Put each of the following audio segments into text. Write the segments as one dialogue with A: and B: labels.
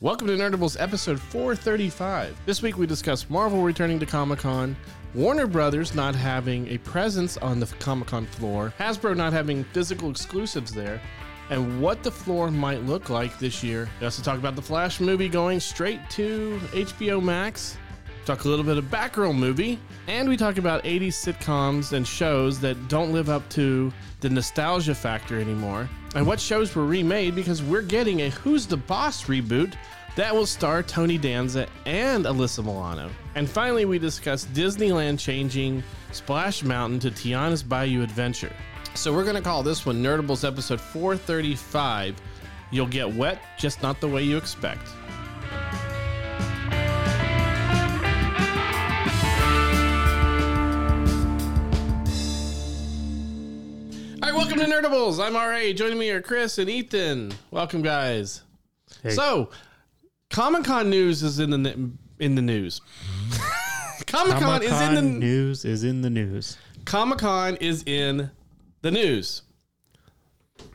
A: Welcome to Nerdables episode 435. This week we discuss Marvel returning to Comic Con, Warner Brothers not having a presence on the Comic Con floor, Hasbro not having physical exclusives there, and what the floor might look like this year. We also talk about the Flash movie going straight to HBO Max, talk a little bit of Batgirl movie, and we talk about 80s sitcoms and shows that don't live up to the nostalgia factor anymore, and what shows were remade because we're getting a Who's the Boss reboot that will star Tony Danza and Alyssa Milano. And finally, we discuss Disneyland changing Splash Mountain to Tiana's Bayou Adventure. So we're going to call this one Nerdables episode 435. You'll get wet, just not the way you expect. All right, welcome to Nerdables. I'm RA. Joining me are Chris and Ethan. Welcome, guys. So, Comic Con news is in the n- in the news. Comic Con is in the
B: Comic-Con news is in the news.
A: Comic Con is in the news.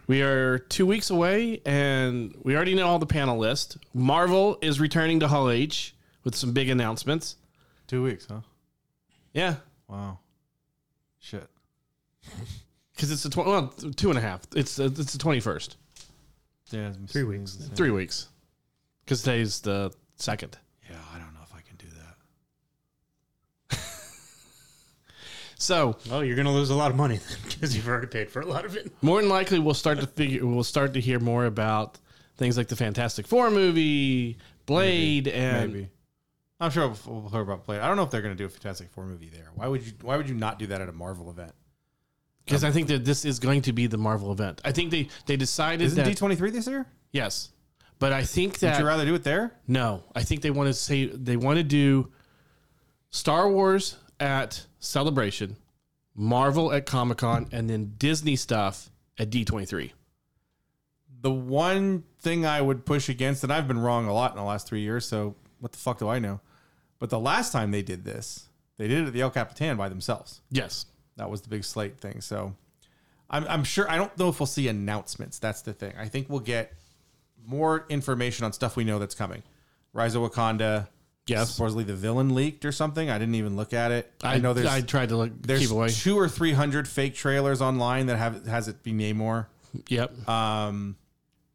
A: We are two weeks away, and we already know all the panelists. Marvel is returning to Hall H with some big announcements.
C: Two weeks, huh?
A: Yeah,
C: Wow. Shit.
A: because it's the tw- well, two and a half. It's the, it's the twenty first.
C: Yeah, it's-
B: Three weeks.
C: it's-
A: Three weeks, because today's the second.
C: Yeah, I don't know if I can do that.
A: So
B: Oh, you're gonna lose a lot of money then because you've already paid for a lot of it.
A: more than likely, we'll start to figure. We'll start to hear more about things like the Fantastic Four movie, Blade, and
C: Maybe. I'm sure we'll, we'll hear about Blade. I don't know if they're going to do a Fantastic Four movie there. Why would you? Why would you not do that at a Marvel event?
A: Because I think that this is going to be the Marvel event. I think they they decided
C: Isn't
A: that
C: D23 this year?
A: yes, but I think
C: Would
A: that
C: you rather do it there?
A: no, I think they want to say they want to do Star Wars at Celebration, Marvel at Comic Con, and then Disney stuff at D twenty three.
C: The one thing I would push against, and I've been wrong a lot in the last three years, so what the fuck do I know? But the last time they did this, they did it at the El Capitan by themselves.
A: Yes,
C: That was the big slate thing. So I'm, I'm sure, I don't know if we'll see announcements. That's the thing. I think we'll get more information on stuff we know that's coming. Rise of Wakanda.
A: Yes.
C: Supposedly the villain leaked or something. I didn't even look at it. I, know there's,
A: I tried to look,
C: there's
A: keep away.
C: two or 300 fake trailers online that have, has it be Namor.
A: Yep.
C: Um,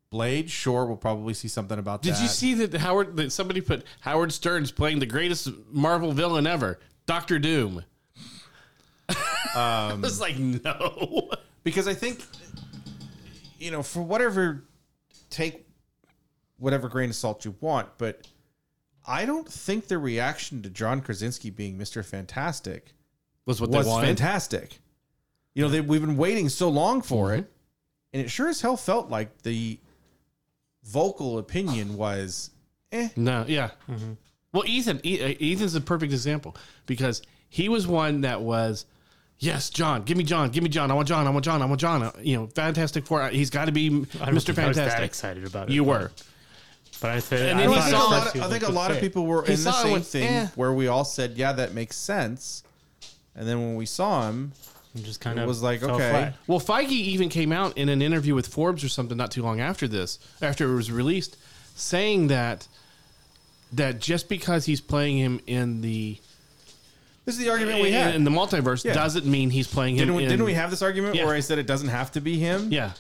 C: Blade, sure, we'll probably see something about
A: Did
C: that.
A: you see that Howard? That somebody put Howard Stern's playing the greatest Marvel villain ever, Doctor Doom. I was like, no.
C: because I think you know for whatever take whatever grain of salt you want, but I don't think the reaction to John Krasinski being Mister Fantastic
A: Was what
C: was
A: they wanted.
C: fantastic. You know, they, we've been waiting so long for
A: Mm-hmm.
C: it, and it sure as hell felt like the vocal opinion was, eh,
A: No, yeah. Well, Ethan, E- uh, Ethan's a perfect example because he was one that was, yes, John, give me John, give me John, I want John, I want John, I want John. Uh, You know, Fantastic Four, uh, he's got to be
B: I don't
A: Mr.
B: think I was that
A: Fantastic.
B: excited about it.
A: You
B: but-
A: were.
B: but I said
A: And
B: I
A: then he
B: thought
C: I,
A: saw
B: it was
C: think a lot of, I think a
B: good
C: lot of
B: fit.
C: people were in the
A: saw it
C: same
A: with,
C: thing
A: eh.
C: where we all said, "Yeah, that makes sense," and then when we saw him,
B: And just kind
C: It
B: of
C: was like,
B: fell
C: okay.
B: flat.
A: Well, Feige even came out in an interview with Forbes or something not too long after this, after it was released, saying that that just because he's playing him in the
C: This is the argument we
A: in,
C: had.
A: in the multiverse
C: Yeah.
A: doesn't mean he's playing him.
C: didn't, we,
A: in-
C: didn't we have this argument
A: Yeah.
C: where I said it doesn't have to be him? Mm-hmm.
A: Yeah,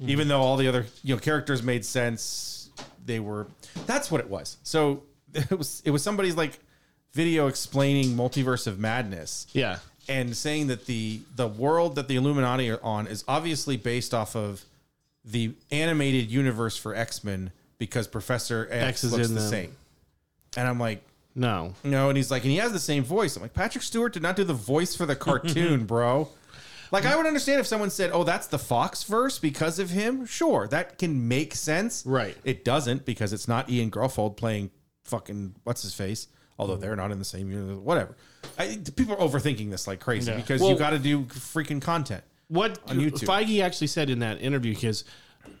C: Even though all the other you know characters made sense, they were. That's what it was. So it was it was somebody's like video explaining multiverse of madness
A: yeah,
C: and saying that the the world that the Illuminati are on is obviously based off of the animated universe for X Men because Professor X,
A: X is
C: looks
A: in
C: the
A: them.
C: same. And I'm like,
A: no.
C: No, and he's like, and he has the same voice. I'm like, Patrick Stewart did not do the voice for the cartoon, bro. Like, I would understand if someone said, oh, that's the Fox verse because of him. Sure, that can make sense.
A: Right.
C: It doesn't because it's not Ian Grofold playing fucking what's his face. Although they're not in the same universe, whatever. I, people are overthinking this like crazy
B: Yeah.
C: because
A: Well-
C: you got to do freaking content.
A: What
C: On YouTube.
A: Feige actually said in that interview because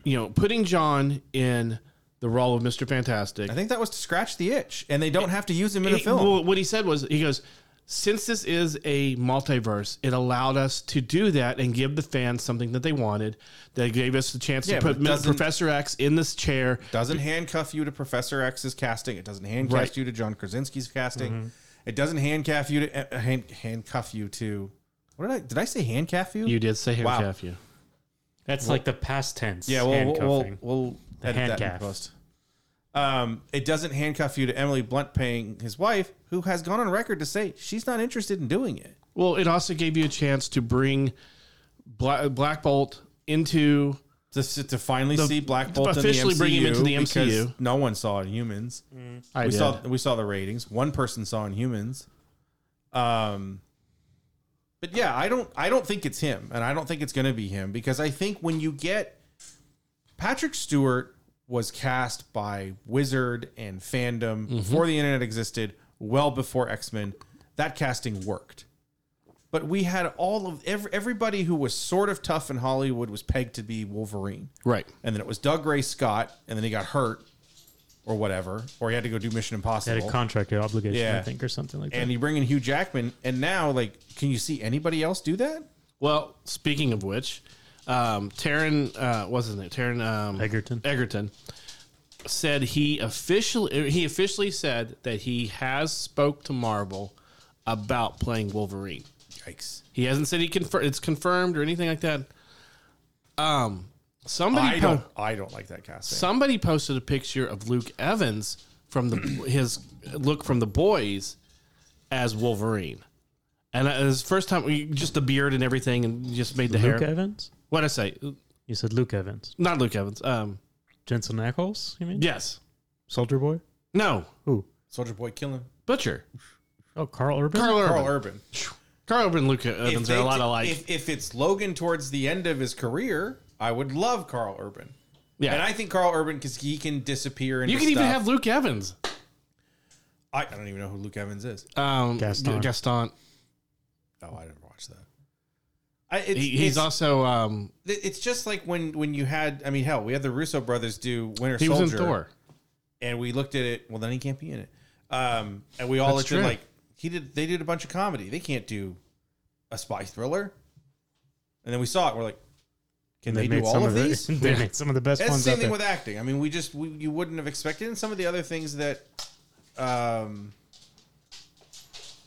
A: you know putting John in the role of Mister Fantastic.
C: I think that was to scratch the itch, and they don't have to use him in a
A: He-
C: film.
A: well, what he said was, he goes, since this is a multiverse, it allowed us to do that and give the fans something that they wanted. That gave us the chance
C: Yeah,
A: to put uh,
C: but doesn't-
A: Professor X in this chair.
C: doesn't handcuff you to Professor X's casting. It doesn't handcuff
A: Right. Mm-hmm.
C: you to John Krasinski's casting. It doesn't handcuff you to uh, hand, handcuff you to. What did I did I say handcuff you?
A: You did say
C: Wow.
A: handcuff you.
B: That's like the past tense.
C: yeah, we'll we'll, we'll,
B: handcuffing.
C: we'll
B: The
C: edit that in
B: handcuff.
C: post. Um, it doesn't handcuff you to Emily Blunt paying his wife, who has gone on record to say she's not interested in doing it.
A: Well, it also gave you a chance to bring Bla- Black Bolt into
C: To, to finally see Black Bolt
A: officially
C: in the MCU
A: bring him into the
C: because
A: MCU.
C: No one saw it in humans.
A: I E.
C: we
A: did.
C: saw we saw the ratings. One person saw in humans. Um but yeah, I don't I don't think it's him and I don't think it's going to be him because I think when you get Patrick Stewart was cast by Wizard and fandom
A: Mm-hmm.
C: before the internet existed, well before X-Men. That casting worked. But we had all of every, everybody who was sort of tough in Hollywood was pegged to be Wolverine
A: right.
C: and then it was Doug Ray Scott, and then he got hurt or whatever, or he had to go do Mission
B: They had
C: Impossible.
B: a contract obligation,
C: Yeah.
B: I think, or something like that.
C: and you bring in Hugh Jackman, and now like, can you see anybody else do that?
A: Well, speaking of which, um, Taryn, uh, what's his name? Taryn um,
B: Egerton.
A: Egerton said he officially he officially said that he has spoke to Marvel about playing Wolverine.
C: Yikes!
A: He hasn't said he confir- it's confirmed or anything like that. Um, somebody po-
C: I don't, I don't like that casting.
A: somebody posted a picture of Luke Evans from the his look from the boys as Wolverine. And uh, it was the first time, just the beard and everything, and just made the hair.
B: Luke Evans?
A: What I say?
B: You said Luke Evans.
A: Not Luke Evans. Um,
B: Jensen Ackles, you mean?
A: yes.
B: Soldier Boy?
A: No.
B: Who?
C: Soldier Boy killing
A: Butcher.
B: Oh, Carl Urban?
A: Carl Urban.
C: Carl
A: Carl,
C: Urban.
A: Urban and Luke Evans
C: they
A: are a lot
C: did-
A: alike.
C: If, if it's Logan towards the end of his career, I would love Carl Urban.
A: yeah.
C: And I think Carl Urban because he can disappear. Into
A: you can even
C: stuff.
A: have Luke Evans.
C: I, I don't even know who Luke Evans is.
A: Um,
B: Gaston.
A: Gaston.
C: Oh, I didn't watch that. I, it's,
A: He, he's
C: it's-
A: also um,
C: Th- It's just like when when you had I mean hell we had the Russo brothers do Winter
A: he was
C: Soldier
A: in Thor.
C: and we looked at it well then he can't be in it um and we all
A: That's
C: looked at
A: true.
C: like he did they did a bunch of comedy they can't do a spy thriller and then we saw it we're like can they, do
B: made
C: all
B: some
C: of
B: the-
C: these
B: they made some of the best
C: that's the
B: ones out
C: same thing
B: there.
C: with acting I mean we just we, you wouldn't have expected and some of the other things that um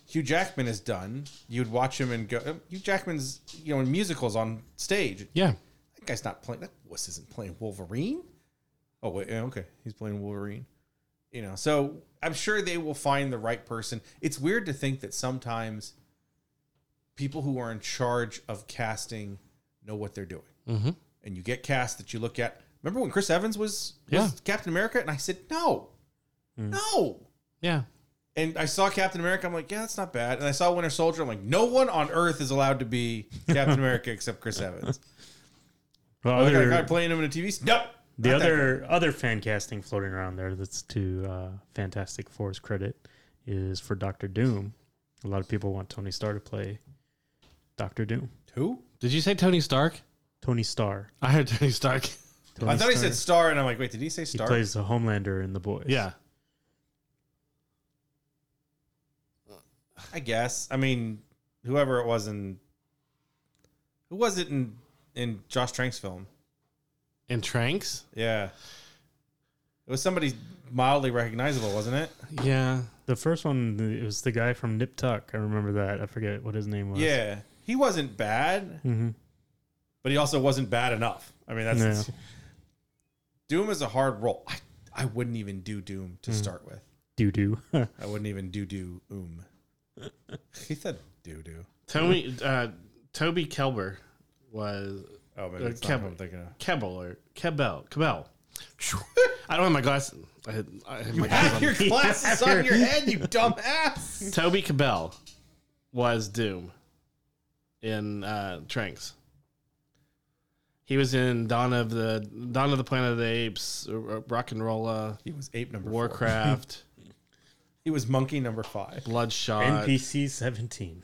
C: Hugh Jackman has done you'd watch him and go Hugh Jackman's you know in musicals on stage
A: Yeah.
C: that guy's not playing. That wuss isn't playing Wolverine. Oh wait, yeah, okay, he's playing Wolverine. You know, so I'm sure they will find the right person. It's weird to think that sometimes people who are in charge of casting know what they're doing,
A: Mhm.
C: and you get cast that you look at. Remember when Chris Evans was,
A: Yeah.
C: was Captain America, and I said no, no.
A: Yeah.
C: And I saw Captain America. I'm like, yeah, that's not bad. And I saw Winter Soldier. I'm like, no one on Earth is allowed to be Captain America except Chris Evans.
B: Well,
C: Other,
B: other,
C: guy playing him in a TV. s- Nope.
B: the
C: not that
B: other other fan casting floating around there that's to uh, Fantastic Four's credit is for Doctor Doom. A lot of people want Tony Starr to play Doctor Doom.
C: Who?
A: Did you say Tony Stark?
B: Tony Starr.
A: I heard Tony Stark.
B: Tony
C: I thought he
B: Starr.
C: said Star, and I'm like, wait, did he say
B: he
C: Star?
B: plays the Homelander in The Boys.
A: Yeah.
C: I guess. I mean, whoever it was in, who was it in in Josh Trank's film?
A: And Tranks?
C: Yeah, it was somebody mildly recognizable, wasn't it?
A: Yeah.
B: The first one, it was the guy from Nip Tuck. I remember that. I forget what his name was.
C: Yeah, he wasn't bad,
B: hmm
C: but he also wasn't bad enough. I mean, that's
B: Yeah.
C: Doom is a hard role. I, I wouldn't even do Doom
B: Mm.
C: to start with.
B: Doo doo.
C: I wouldn't even do do um. he said do do.
A: Tony, uh, Toby Kelber was
C: Oh, maybe
A: Uh,
C: it's not who I'm
A: Kevin.
C: thinking of.
A: Kebel or Kebel. Kebel. I don't have my glasses. I had, I had my glasses
C: Have
A: on.
C: your glasses on your head, you dumbass.
A: Toby Cabell was Doom in uh, Tranks. He was in Dawn of the Dawn of the Planet of the Apes, uh, Rock and Rolla,
C: He was ape number four.
A: Warcraft,
C: He was monkey number five.
A: Bloodshot.
B: NPC 17.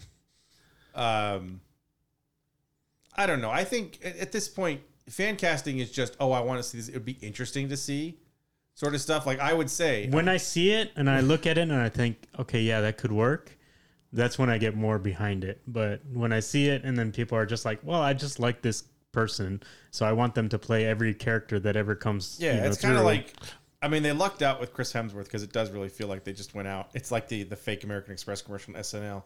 C: Um, I don't know. I think at, at this point, fan casting is just oh, I want to see this. It would be interesting to see, sort of stuff. Like I would say,
B: When I see it and I look at it and I think, okay, yeah, that could work. that's when I get more behind it. But when I see it and then people are just like, well, I just like this person, so I want them to play every character that ever comes.
C: Yeah,
B: you know,
C: it's kind of
B: through.
C: like. I mean, they lucked out with Chris Hemsworth because it does really feel like they just went out. It's like the the fake American Express commercial on SNL.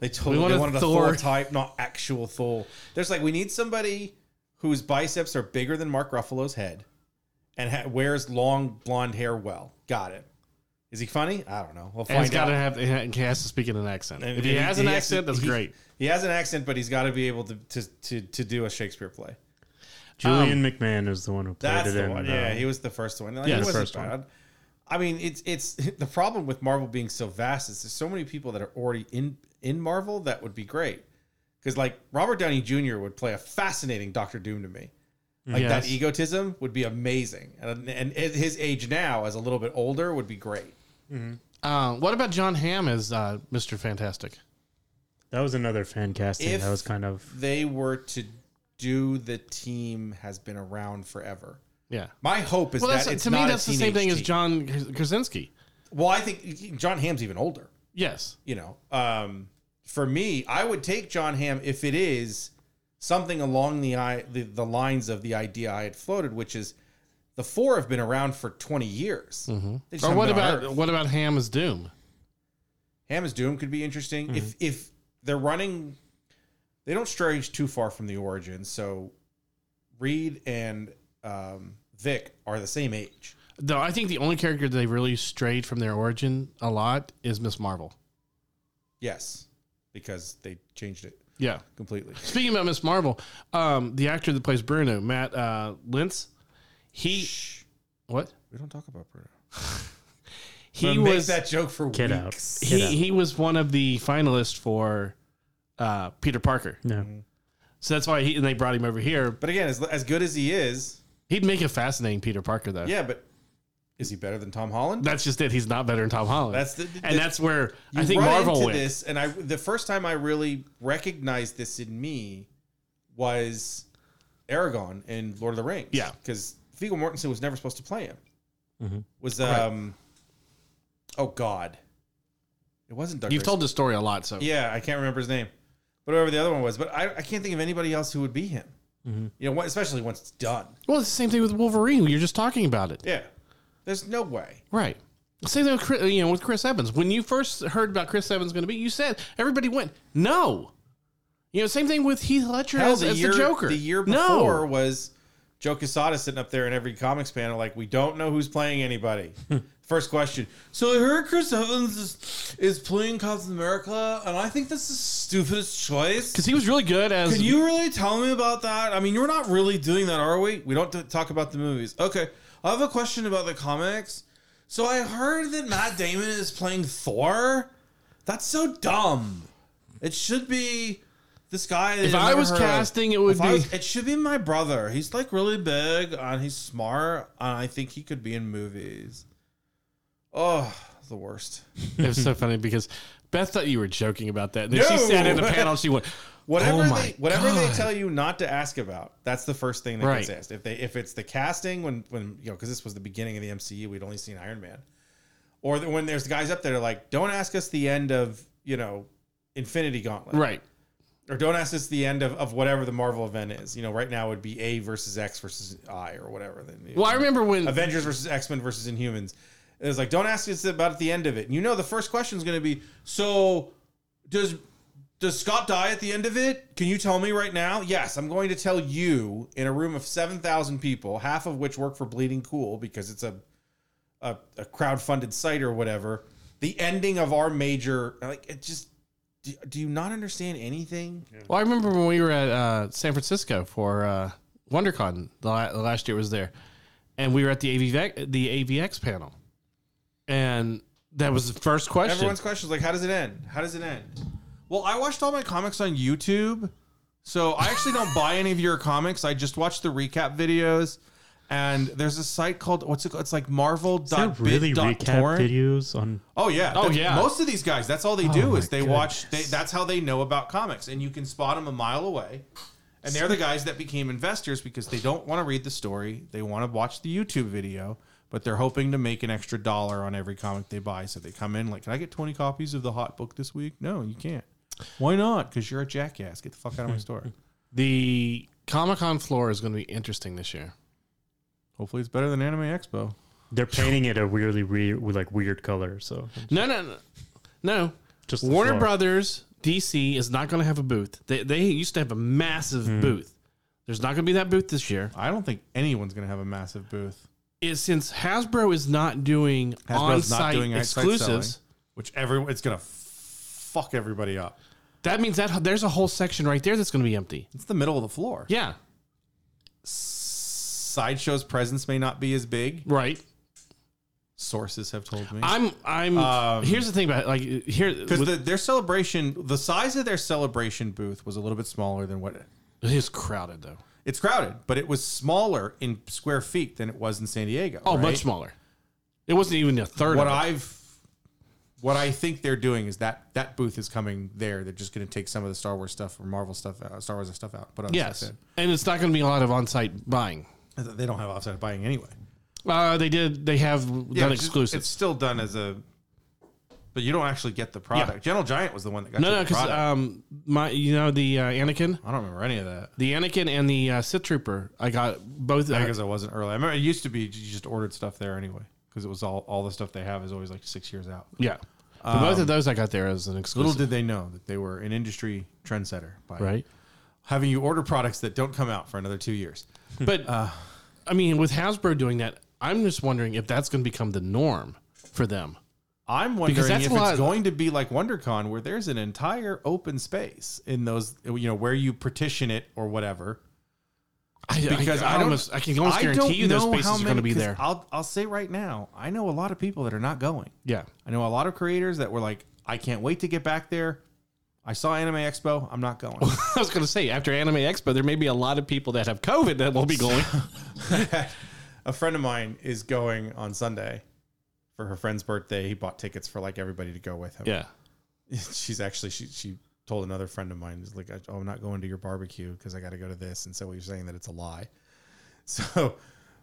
C: They totally
A: We
C: wanted,
A: wanted
C: they wanted a Thor.
A: Thor.
C: type, not actual Thor. There's like we need somebody whose biceps are bigger than Mark Ruffalo's head, and ha- wears long blonde hair well. Got it. Is he funny? I don't know. We'll
A: And
C: find
A: he's got
C: out.
A: to have. He has to speak in an accent.
C: And-
A: if he,
C: and
A: has an
C: he has to-
A: accent, that's
C: he-
A: great.
C: he has an accent, but he's got to be able to, to to to do a Shakespeare play.
B: Julian McMahon is the one who played
C: um, That's
B: it
C: the
B: in,
C: one.
B: uh,
C: Yeah, he was the first one. Like,
A: Yeah,
C: he
A: the
C: wasn't
B: first one.
C: bad. I mean, it's it's the problem with Marvel being so vast is there's so many people that are already in in Marvel that would be great because like Robert Downey Jr. would play a fascinating Doctor Doom to me. Like that
A: Yes.
C: egotism would be amazing, and and at his age now, as a little bit older, would be great.
A: Uh, what about John Hamm as uh, Mr. Fantastic?
B: that was another fan casting.
C: If-
B: that was kind of
C: They were to do the team has been around forever.
A: Yeah.
C: My hope is
A: Well, that's
C: that it's
A: to me.
C: not a
A: That's the same
C: teenage
A: thing as
C: team.
A: John Krasinski.
C: Well, I think John Hamm's even older.
A: Yes.
C: you know, um, for me, I would take John Hamm if it is something along the, I, the the lines of the idea I had floated, which is the four have been around for twenty years. They just
A: Or
C: haven't
A: what
C: been on
A: about
C: Earth.
A: what about Ham as Doom?
C: Hamm as Doom could be interesting if if they're running. They don't stray too far from the origin, so Reed and um, Vic are the same age.
A: Though I think the only character they really strayed from their origin a lot is Miss Marvel.
C: Yes, because they changed it
A: Yeah.
C: completely.
A: Speaking about Miss Marvel, um, the actor that plays Bruno, Matt uh, Lintz, he what?
C: We don't talk about Bruno.
A: He
C: But make
A: was
C: that joke for
B: Get out.
C: weeks.
B: Get
A: he,
B: out.
A: he was one of the finalists for uh, Peter Parker.
B: no.
A: So that's why he and they brought him over here.
C: But again, as, as good as he is,
A: He'd make a fascinating Peter Parker though.
C: yeah, but is he better than Tom Holland?
A: That's just it. He's not better than Tom Holland.
C: That's the-
A: and that's where
C: You
A: I think
C: run
A: Marvel
C: into
A: went.
C: this, and I the first time I really recognized this in me was Aragon in Lord of the Rings.
A: Yeah. Mm-hmm.
C: because Viggo Mortensen was never supposed to play him.
B: Mhm.
C: Was um, oh God, it wasn't Doug.
A: You've
C: Grace.
A: told this story a lot, so
C: yeah, I can't remember his name, whatever the other one was. But I, I can't think of anybody else who would be him.
A: Mm-hmm.
C: You know, what- especially once it's done.
A: well, it's the same thing with Wolverine. You're just talking about it,
C: Yeah, there's no way.
A: right? Same thing with Chris, you know with Chris Evans. When you first heard about Chris Evans going to be, you said everybody went no. You know, same thing with Heath Ledger
C: Hell,
A: as, as the Joker.
C: The year before
A: no,
C: was Joe Quesada sitting up there in every comics panel, like, we don't know who's playing anybody. First question. So I heard Chris Evans is, is playing Captain America, and I think that's the stupidest choice.
A: because he was really good as
C: Can you really tell me about that? I mean, you're not really doing that, are we? We don't t- talk about the movies. Okay. I have a question about the comics. So I heard that Matt Damon is playing Thor. That's so dumb. It should be this guy. that
A: If
C: I've
A: I
C: never
A: was
C: heard of.
A: casting, it would
C: If I was-
A: be-
C: it should be my brother. He's like really big and he's smart, and I think he could be in movies. Oh, the worst.
A: It was so funny because Beth thought you were joking about that. And then
C: No.
A: she sat in the panel and she went,
C: Whatever
A: oh my
C: they whatever
A: God.
C: they tell you not to ask about, that's the first thing that gets
A: Right.
C: asked. If they if it's the casting when when you know because this was the beginning of the MCU, we'd only seen Iron Man, or the, when there's guys up there like, don't ask us the end of you know Infinity Gauntlet,
A: Right.
C: Or don't ask us the end of, of whatever the Marvel event is. You know, right now it would be A versus X versus I or whatever. Then you
A: Well,
C: know,
A: I remember when
C: Avengers versus X Men versus Inhumans. It was like, don't ask us about at the end of it. And you know, the first question is going to be, so does does Scott die at the end of it? Can you tell me right now? Yes, I'm going to tell you in a room of seven thousand people, half of which work for Bleeding Cool because it's a a, a crowdfunded site or whatever. The ending of our major, like, it just. Do, do you not understand anything?
A: Well, I remember when we were at uh, San Francisco for uh, WonderCon. The, la- the last year it was there, and we were at the AVX the AVX panel, and that was the first question.
C: Everyone's questions like, how does it end? How does it end? Well, I watched all my comics on YouTube, so I actually don't buy any of your comics. I just watch the recap videos, and there's a site called what's it? called? It's like Marvel.
B: There
C: dot
B: really
C: bit dot
B: recap
C: torrent.
B: videos on
C: Oh yeah.
A: Oh,
C: That's-
A: yeah.
C: Most of these guys, that's all they do
B: my
C: is they watch. They, that's how they know about comics, and you can spot them a mile away. And they're the guys that became investors because they don't want to read the story; they want to watch the YouTube video. but they're hoping to make an extra dollar on every comic they buy. So they come in like, "Can I get twenty copies of the hot book this week?" No, you can't. Why not? Because you're a jackass. Get the fuck out of my store.
A: The Comic Con floor is going to be interesting this year.
C: Hopefully, it's better than Anime Expo.
B: They're painting it a weirdly weird, like weird color. So
A: No, no, no, no.
B: just the
A: Warner
B: floor.
A: Brothers DC is not going to have a booth. They they used to have a massive
C: Hmm.
A: booth. There's not going to be that booth this year.
C: I don't think anyone's gonna have a massive booth.
A: Is since Hasbro is not doing
C: Hasbro's not
A: on-site
C: doing outside
A: exclusives.
C: selling, which every it's gonna f- fuck everybody up.
A: That means that there's a whole section right there that's going to be empty.
C: It's the middle of the floor.
A: Yeah,
C: Sideshow's presence may not be as big.
A: right.
C: Sources have told me.
A: I'm I'm.
C: Um,
A: here's the thing about it, like here
C: Because
A: with
C: the, their celebration, the size of their celebration booth was a little bit smaller than what
A: it is crowded though.
C: it's crowded, but it was smaller in square feet than it was in San Diego.
A: Oh,
C: right?
A: much smaller. It wasn't even a third.
C: What
A: of it.
C: I've, what I think they're doing is that that booth is coming there. They're just going to take some of the Star Wars stuff or Marvel stuff, out, Star Wars stuff out. But
A: yes, and it's not going to be a lot of on-site buying.
C: they don't have offset buying anyway.
A: Uh, they did. They have done
C: it's just- It's
A: exclusives.
C: still done as a, but you don't actually get the product. General Giant was the one that got
A: No,
C: you
A: no,
C: the
A: because
C: product.
A: um, my you know the uh, Anakin,
C: I don't remember any of that.
A: the Anakin and the uh, Sith Trooper. I got both.
C: I
A: uh,
C: guess I wasn't early. I remember it used to be you just ordered stuff there anyway because it was all all the stuff they have is always like six years out.
A: yeah, but both of those I got there as an
C: Um, Little
A: exclusive.
C: did they know that they were an industry trendsetter by
A: right,
C: having you order products that don't come out for another two years.
A: but
C: Uh.
A: I mean, with Hasbro doing that, I'm just wondering if that's going to become the norm for them.
C: I'm wondering
A: that's
C: if
A: a lot
C: it's
A: of-
C: going to be like WonderCon where there's an entire open space in those you know where you partition it or whatever.
A: I,
C: Because I,
A: I,
C: don't-
A: almost, I can almost
C: I don't
A: guarantee you those
C: know
A: spaces
C: how
A: are going to
C: many-
A: be
C: 'cause
A: there.
C: I'll I'll say right now, I know a lot of people that are not going.
A: yeah,
C: I know a lot of creators that were like, I can't wait to get back there. I saw Anime Expo. I'm not going.
A: I was going to say after Anime Expo, there may be a lot of people that have COVID that will be going.
C: a friend of mine is going on Sunday for her friend's birthday. He bought tickets for like everybody to go with him.
A: yeah,
C: She's actually she she told another friend of mine is like, oh, I'm not going to your barbecue because I got to go to this, and so we were saying that it's a lie. So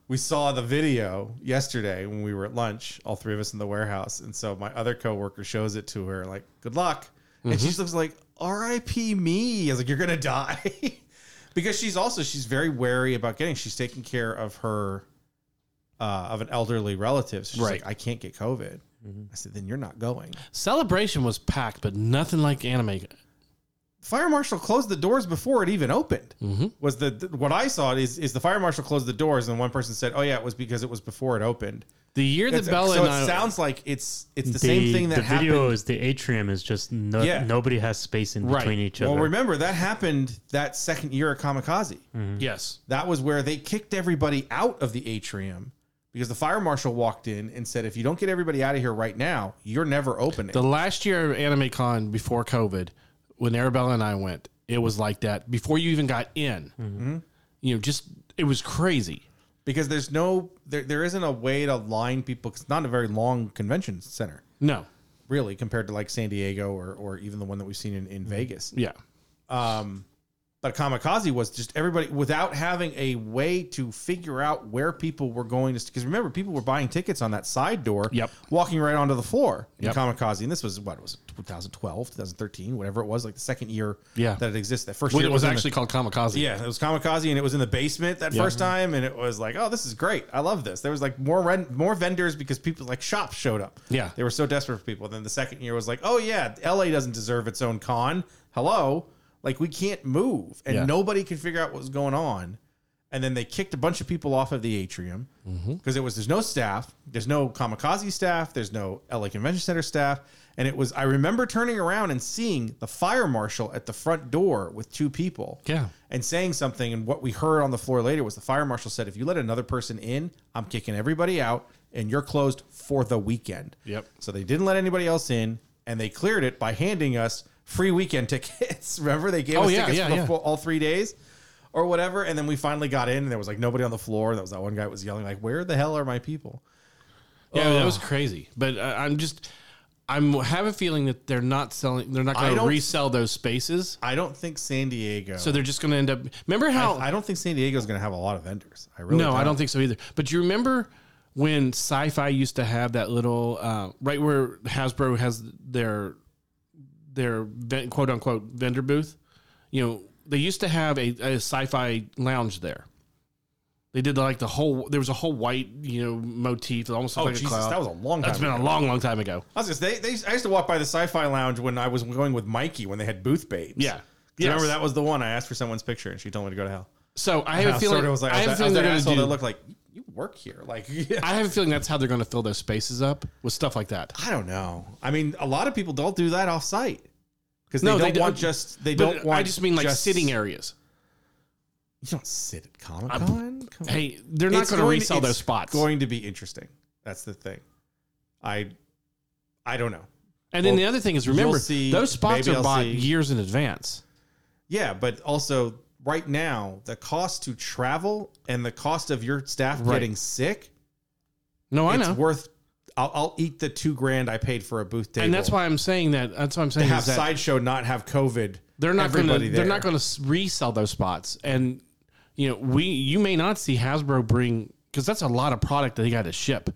C: we saw the video yesterday when we were at lunch, all three of us in the warehouse, and so my other coworker shows it to her like, good luck, and she just looks like, R.I.P. me. I was like, you're gonna die. Because she's also she's very wary about getting. She's taking care of her, uh, of an elderly relative. So she's
A: Right.
C: like, I can't get COVID. I said, then you're not going.
A: celebration was packed, but nothing like Anime.
C: fire marshal closed the doors before it even opened.
A: Mm-hmm.
C: Was the th- what I saw is is the fire marshal closed the doors and one person said, "Oh yeah, it was because it was before it opened."
A: The year that
C: That's-
A: Bella
C: so
A: and
C: it
A: I,
C: sounds like it's it's the, same thing that
B: the
C: happened.
B: video is the atrium is just no,
C: Yeah.
B: nobody has space in
A: Right.
B: between each
C: well,
B: other.
C: remember that happened that second year at Kamikaze.
A: Hmm. yes,
C: That was where they kicked everybody out of the atrium because the fire marshal walked in and said, "If you don't get everybody out of here right now, you're never opening."
A: The last year of Anime Con before COVID, when Arabella and I went, it was like that. Before you even got in, you know, just it was crazy.
C: because there's no there, there isn't a way to line people. 'cause it's not a very long convention center.
A: No,
C: really compared to like San Diego or or even the one that we've seen in,
A: Mm-hmm.
C: in Vegas.
A: yeah,
C: Um, but Kamikaze was just everybody without having a way to figure out where people were going to because remember people were buying tickets on that side door,
A: Yep.
C: walking right onto the floor in
A: Yep.
C: Kamikaze, and this was what was it, 2012, 2013, whatever it was, like the second year
A: Yeah.
C: that it existed. That first
A: when
C: year
A: it was
C: in the-
A: actually called Kamikaze. Mm-hmm.
C: yeah, it was Kamikaze, and it was in the basement that first time, and it was like, oh, this is great. I love this. There was like more rent, more vendors because people like shops showed up.
A: Yeah.
C: they were so desperate for people. Then the second year was like, oh yeah, L.A. doesn't deserve its own con. Hello, like we can't move, and
A: Yeah.
C: nobody could figure out what was going on. And then they kicked a bunch of people off of the atrium because
A: Mm-hmm.
C: it was there's no staff, there's no Kamikaze staff, there's no LA Convention Center staff, and it was I remember turning around and seeing the fire marshal at the front door with two people
A: Yeah.
C: and saying something. And what we heard on the floor later was the fire marshal said, if you let another person in, I'm kicking everybody out and you're closed for the weekend.
A: Yep.
C: So they didn't let anybody else in and they cleared it by handing us free weekend tickets. Remember, they gave
A: Oh,
C: us
A: yeah,
C: tickets
A: yeah,
C: for the
A: yeah.
C: full, all three days or whatever. And then we finally got in and there was like nobody on the floor. That was that one guy that was yelling, like, where the hell are my people?
A: yeah,
C: Oh.
A: that was crazy. But uh, I'm just, I'm have a feeling that they're not selling. They're not
C: I
A: going to
C: don't-
A: resell those spaces.
C: I don't think San Diego.
A: So they're just going to end up. Remember how?
C: I don't think San Diego's going to have a lot of vendors. I really
A: no,
C: don't.
A: I don't think so either. But you remember when sci-fi used to have that little uh, right where Hasbro has their their ven- quote unquote vendor booth. You know, they used to have a, a sci-fi lounge there. They did like the whole. There was a whole white, you know, motif, almost
C: Oh
A: like
C: Jesus,
A: a cloud.
C: that was a long time.
A: That's been a long, long time ago.
C: I was just they, they. I used to walk by the Sci-Fi Lounge when I was going with Mikey when they had booth babes.
A: Yeah.
C: You Remember
A: Yes.
C: that was the one I asked for someone's picture and she told me to go to hell.
A: So I have
C: I
A: a feeling.
C: sort of was like,
A: I
C: I was,
A: have a feeling
C: that, I was
A: they're
C: that
A: going
C: asshole
A: to
C: that
A: do.
C: looked like you work here. Like, yeah.
A: I have a feeling that's how they're going to fill those spaces up with stuff like that.
C: I don't know. I mean, a lot of people don't do that off site because they
A: No,
C: don't
A: they
C: want
A: don't.
C: just they
A: But
C: don't want.
A: I just mean like sitting areas.
C: You don't sit at Comic Con.
A: Hey, they're not going to resell those spots.
C: Going to be interesting. That's the thing. I, I don't know.
A: and then
C: well,
A: the other thing is, remember
C: you'll see,
A: those spots
C: maybe
A: are
C: I'll
A: bought
C: see.
A: years in advance.
C: Yeah, but also right now the cost to travel and the cost of your staff
A: Right.
C: getting sick.
A: No, I
C: it's
A: know,
C: worth. I'll, I'll eat the two grand I paid for a booth table.
A: and that's why I'm saying that. That's why I'm
C: to
A: saying
C: have
A: is that
C: sideshow not have COVID.
A: they're not going to
C: everybody
A: they're
C: there.
A: not going to resell those spots. And you know, we you may not see Hasbro bring because that's a lot of product that they got to ship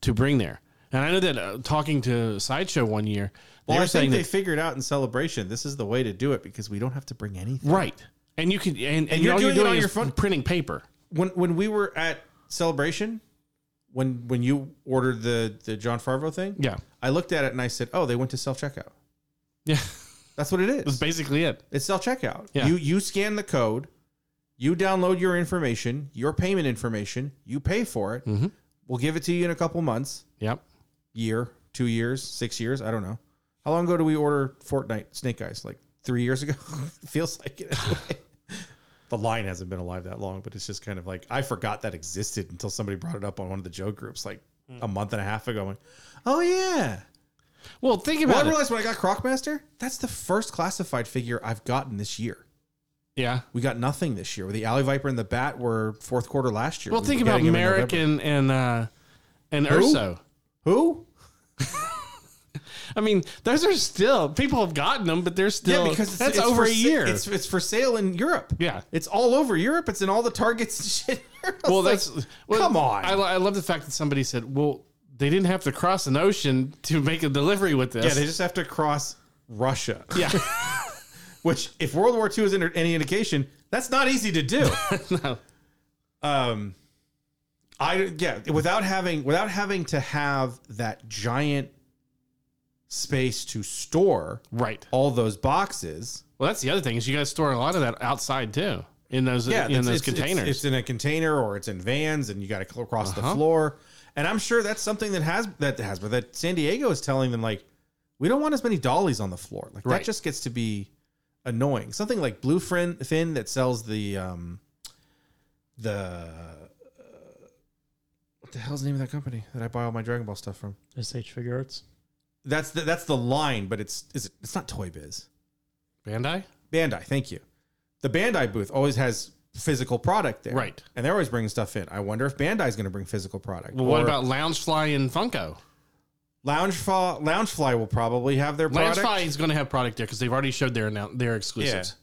A: to bring there. And I know that uh, talking to Sideshow one year, they
C: Well,
A: were
C: I
A: saying
C: think they
A: that
C: figured out in celebration this is the way to do it because we don't have to bring anything.
A: Right. And you can and, and,
C: you're
A: all
C: doing it
A: you're doing
C: on
A: is
C: your phone?
A: printing paper.
C: When when we were at celebration, when when you ordered the the John Farvo thing,
A: Yeah.
C: I looked at it and I said, "Oh, they went to self checkout."
A: Yeah.
C: That's what it is.
A: That's basically it.
C: It's self checkout.
A: Yeah.
C: You you scan the code, you download your information, your payment information, you pay for it.
A: Mhm.
C: We'll give it to you in a couple months,
A: Yep.
C: year, two years, six years, I don't know. How long ago do we order Fortnite Snake Eyes? Like three years ago? Feels like it. anyway. the line hasn't been alive that long, but it's just kind of like I forgot that existed until somebody brought it up on one of the Joe groups like a month and a half ago. I'm like, oh yeah.
A: Well, think
C: Well,
A: about
C: I
A: it.
C: realized when I got Crocmaster, that's the first classified figure I've gotten this year.
A: Yeah.
C: We got nothing this year. The Alley Viper and the Bat were fourth quarter last year.
A: Well,
C: We
A: think
C: were
A: about
C: getting them in
A: Merrick and
C: November.
A: and uh, and Urso.
C: Who?
A: I mean, those are still people have gotten them, but they're still that's over
C: for
A: a
C: sa-
A: year.
C: It's it's for sale in Europe.
A: Yeah.
C: it's all over Europe. It's in all the Targets and shit. I was
A: well,
C: like,
A: that's well,
C: come on.
A: I, I love the fact that somebody said, "Well, they didn't have to cross an ocean to make a delivery with
C: yeah, they
A: this."
C: just have to cross Russia.
A: Yeah,
C: Which, if World War II is in- any indication, that's not easy to do.
A: no.
C: um, I yeah, without having without having to have that giant space to store
A: right.
C: all those boxes.
A: Well, that's the other thing is you got to store a lot of that outside too in those in
C: it's-
A: those
C: it's- it's-
A: containers.
C: It's, in a container or it's in vans, and you got to cl- cross
A: Uh-huh.
C: the floor. And I'm sure that's something that has that has, but that San Diego is telling them like, we don't want as many dollies on the floor. Like
A: Right.
C: that just gets to be annoying. Something like Blue Fin, Fin that sells the um, the uh, what the hell's the name of that company that I buy all my Dragon Ball stuff from?
B: SH Figure Arts.
C: That's the that's the line, but it's is it, it's not Toy Biz.
A: Bandai,
C: Bandai, thank you. The Bandai booth always has physical product there.
A: Right.
C: And they're always bringing stuff in. I wonder if Bandai's going to bring physical product.
A: Well, what
C: Or
A: about Loungefly and Funko?
C: Loungefly? Loungefly will probably have their product.
A: Loungefly is going to have product there because they've already showed their annou- their exclusives.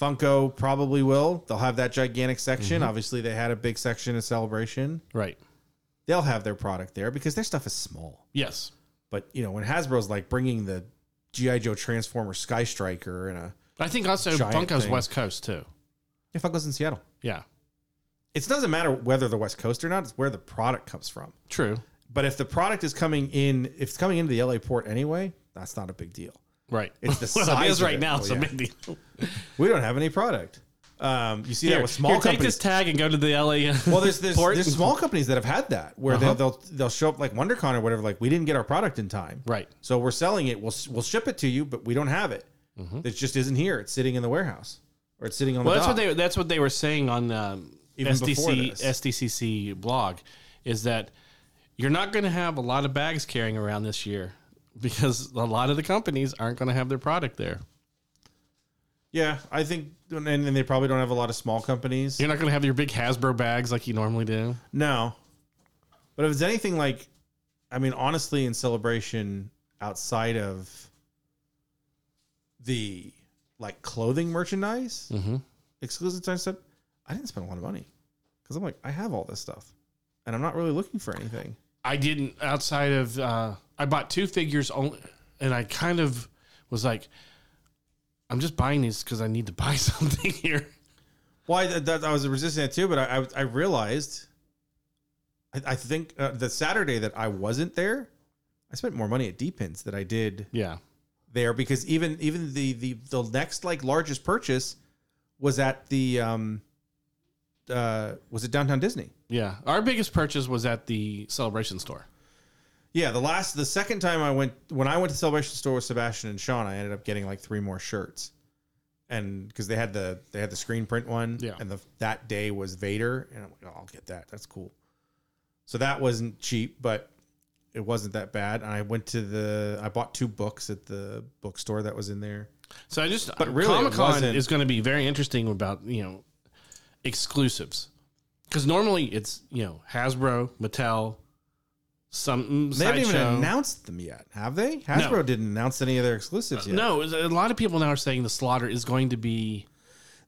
C: Funko probably will. They'll have that gigantic section.
A: Mm-hmm.
C: Obviously, they had a big section of celebration.
A: Right.
C: They'll have their product there because their stuff is small.
A: Yes.
C: But, you know, when Hasbro's like bringing the G.I. Joe Transformer Sky Striker and a.
A: I think also
C: Giant
A: Funko's
C: thing.
A: West Coast too.
C: Yeah, Funko's in Seattle.
A: Yeah.
C: It doesn't matter whether the West Coast or not, it's where the product comes from.
A: True.
C: But if the product is coming in, if it's coming into the LA port anyway, that's not a big deal.
A: Right.
C: It's the
A: well,
C: size
A: it is
C: of
A: right
C: it.
A: now.
C: Well,
A: so
C: yeah.
A: maybe
C: We don't have any product. Um, you see that with small
A: here, take
C: companies.
A: this tag and go to the LA.
C: well, there's there's,
A: port
C: there's
A: and-
C: small companies that have had that where
A: Uh-huh.
C: they'll, they'll they'll show up like WonderCon or whatever. Like we didn't get our product in time,
A: Right.
C: so we're selling it. We'll s- we'll ship it to you, but we don't have it. It just isn't here. It's sitting in the warehouse or it's sitting on
A: Mm-hmm. Well,
C: the.
A: that's what
C: dock.
A: they that's what they were saying on um,
C: Even before
A: SDC
C: this.
A: SDCC blog is that you're not going to have a lot of bags carrying around this year because a lot of the companies aren't going to have their product there.
C: Yeah, I think, and then they probably don't have a lot of small companies.
A: You're not going to have your big Hasbro bags like you normally do.
C: No. But if it's anything like, I mean, honestly, in celebration outside of the like clothing merchandise,
A: Mm-hmm.
C: exclusive time stuff, I didn't spend a lot of money because I'm like, I have all this stuff. and I'm not really looking for anything.
A: I didn't outside of uh, I bought two figures only, and I kind of was like, I'm just buying these because I need to buy something here.
C: Well, I, that, I was resisting that too, but I, I, I realized, I, I think uh, the Saturday that I wasn't there, I spent more money at Deepins than I did
A: Yeah,
C: there because even even the the the next like largest purchase was at the um uh was it downtown Disney?
A: yeah. Our biggest purchase was at the celebration store.
C: Yeah, the last the second time I went when I went to Celebration Store with Sebastian and Sean, I ended up getting like three more shirts. And because they had the they had the screen print one,
A: Yeah.
C: and the that day was Vader, and I'm like, oh, I'll get that. That's cool. So that wasn't cheap, but it wasn't that bad. And I went to the I bought two books at the bookstore that was in there.
A: So I just
C: But really, it
A: Comic Con
C: wasn't-
A: is going to be very interesting about you know exclusives because normally it's you know Hasbro, Mattel, some
C: They haven't even
A: sideshow.
C: announced them yet, have they? Hasbro didn't announce any of their exclusives yet.
A: Uh, No, a lot of people now are saying the slaughter is going to be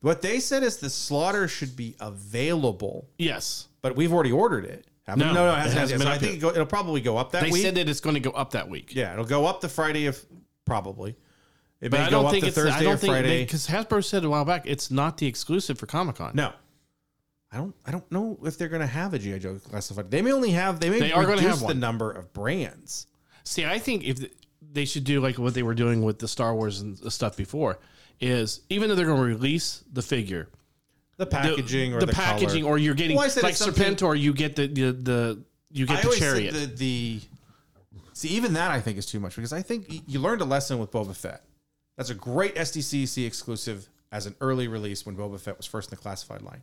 C: What they said is the slaughter should be available,
A: yes.
C: but we've already ordered it. haven't we?
A: No,
C: no, no, it
A: it
C: hasn't,
A: hasn't
C: So
A: been
C: I
A: up
C: think
A: yet.
C: it go, it'll probably go up that
A: They
C: week.
A: said that it's going to go up that week.
C: yeah, it'll go up the Friday of probably. It
A: But
C: may
A: I
C: go
A: don't
C: up
A: think
C: the
A: it's.
C: Thursday
A: I don't
C: or
A: think
C: Friday.
A: because Hasbro said a while back it's not the exclusive for Comic Con.
C: no, I don't. I don't know if they're going to have a GI Joe classified. They may only have. They may
A: They are
C: reduce
A: gonna have
C: the
A: one.
C: number of brands.
A: See, I think if th- they should do like what they were doing with the Star Wars and the stuff before, is even though they're going to release the figure,
C: The
A: the-
C: packaging or the,
A: packaging, or you're getting
C: Well, I said
A: like
C: it's something-
A: Serpentor, you get the the, the you get
C: I
A: the
C: always said
A: chariot.
C: The, the see, even that I think is too much because I think y- you learned a lesson with Boba Fett. That's a great SDCC exclusive as an early release when Boba Fett was first in the classified line.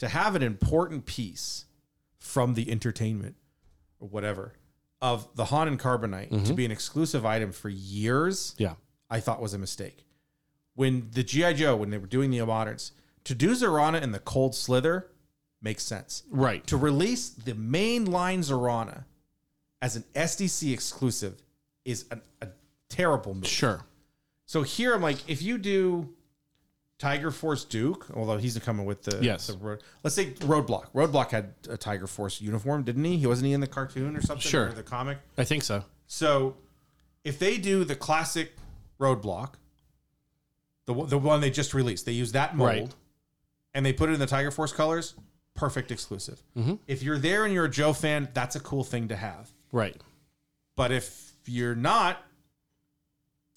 C: To have an important piece from the entertainment or whatever of the Han and Carbonite to
A: Mm-hmm.
C: be an exclusive item for years,
A: yeah,
C: I thought was a mistake. When the GI Joe, when they were doing the moderns, to do Zorana and the Cold Slither makes sense
A: right.
C: to release the main line Zorana as an SDC exclusive is an, a terrible move.
A: Sure.
C: So here I'm like, if you do Tiger Force Duke, although he's coming with the
A: Yes.
C: the road, let's say Roadblock. Roadblock had a Tiger Force uniform, didn't he? He wasn't he in the cartoon or something
A: Sure.
C: or the comic.
A: I think so.
C: So if they do the classic Roadblock, the one- the one they just released, they use that mold,
A: Right.
C: and they put it in the Tiger Force colors. Perfect exclusive.
A: Mhm.
C: If you're there and you're a Joe fan, that's a cool thing to have.
A: Right.
C: But if you're not,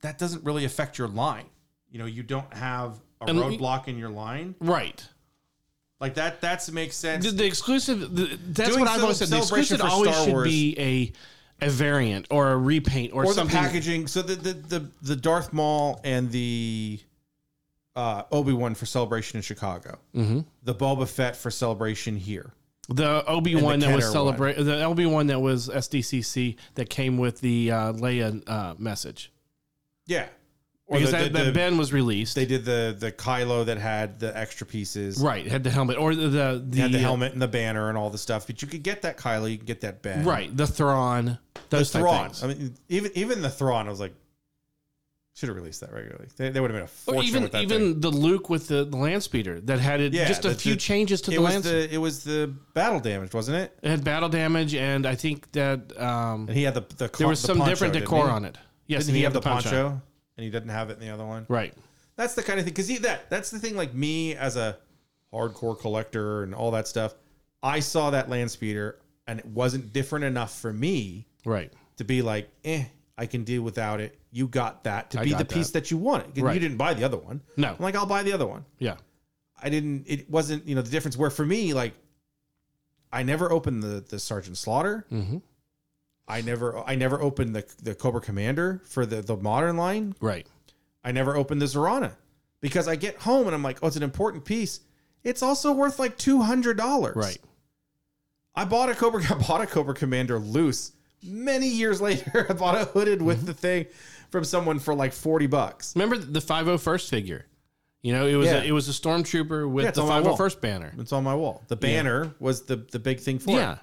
C: that doesn't really affect your line. You know, you don't have a
A: And-
C: roadblock in your line
A: Right.
C: like that. That's makes sense.
A: The, the exclusive. The, that's
C: Doing
A: what I've always
C: cel-
A: said. The
C: celebration
A: exclusive
C: for
A: always
C: Star
A: should
C: Wars.
A: be a a variant or a repaint or,
C: or the
A: something.
C: packaging. So the the the, the Darth Maul and the uh, Obi Wan for celebration in Chicago.
A: Mhm.
C: The Boba Fett for celebration here.
A: The Obi one
C: And the
A: that was
C: Kenner
A: celebrate the Obi one that was SDCC that came with the uh, Leia uh, message
C: Yeah, or
A: because
C: the,
A: that,
C: the-
A: that
C: the-
A: Ben was released.
C: they did the the Kylo that had the extra pieces.
A: right had the helmet or the the,
C: It Had the helmet and the banner and all the stuff, but you could get that Kylo, you could get that Ben.
A: right the Thrawn those type
C: Thrawn.
A: things.
C: I mean, even even the Thrawn, I was like, should have released that regularly. They, they would have made a
A: or
C: fortune
A: even
C: with that
A: even
C: thing.
A: the Luke with the, the land speeder that had it,
C: Yeah,
A: just a
C: the-
A: few
C: the-
A: changes to
C: It
A: the
C: was
A: land. speeder.
C: the it was the battle damage, wasn't it?
A: it had battle damage, and I think that um,
C: And he had the the
A: there was some different decor on it. Yes,
C: Didn't
A: and
C: he, have the
A: poncho.
C: poncho? and he didn't have it in the other one?
A: Right,
C: That's the kind of thing because that that's the thing. Like me as a hardcore collector and all that stuff, I saw that land speeder and it wasn't different enough for me
A: right,
C: to be like, eh, I can deal without it. You got that to
A: I
C: be the
A: got
C: piece that you wanted. You
A: Right.
C: didn't buy the other one.
A: No.
C: I'm like, I'll buy the other one.
A: yeah,
C: I didn't. It wasn't you know the difference. Where for me, like, I never opened the the Sergeant Slaughter.
A: hmm
C: I never I never opened the the Cobra Commander for the the modern line.
A: right,
C: I never opened the Zorana because I get home and I'm like, oh, it's an important piece. It's also worth like two hundred dollars.
A: right.
C: I bought a Cobra. I bought a Cobra Commander loose many years later. I bought a hooded with the thing from someone for like forty bucks.
A: Remember the five hundred first figure? You know, it was
C: Yeah.
A: a, it was a stormtrooper with
C: Yeah, it's
A: the
C: on my
A: five
C: wall.
A: hundred first banner.
C: It's on my wall. The banner was the the big thing for
A: Yeah,
C: it.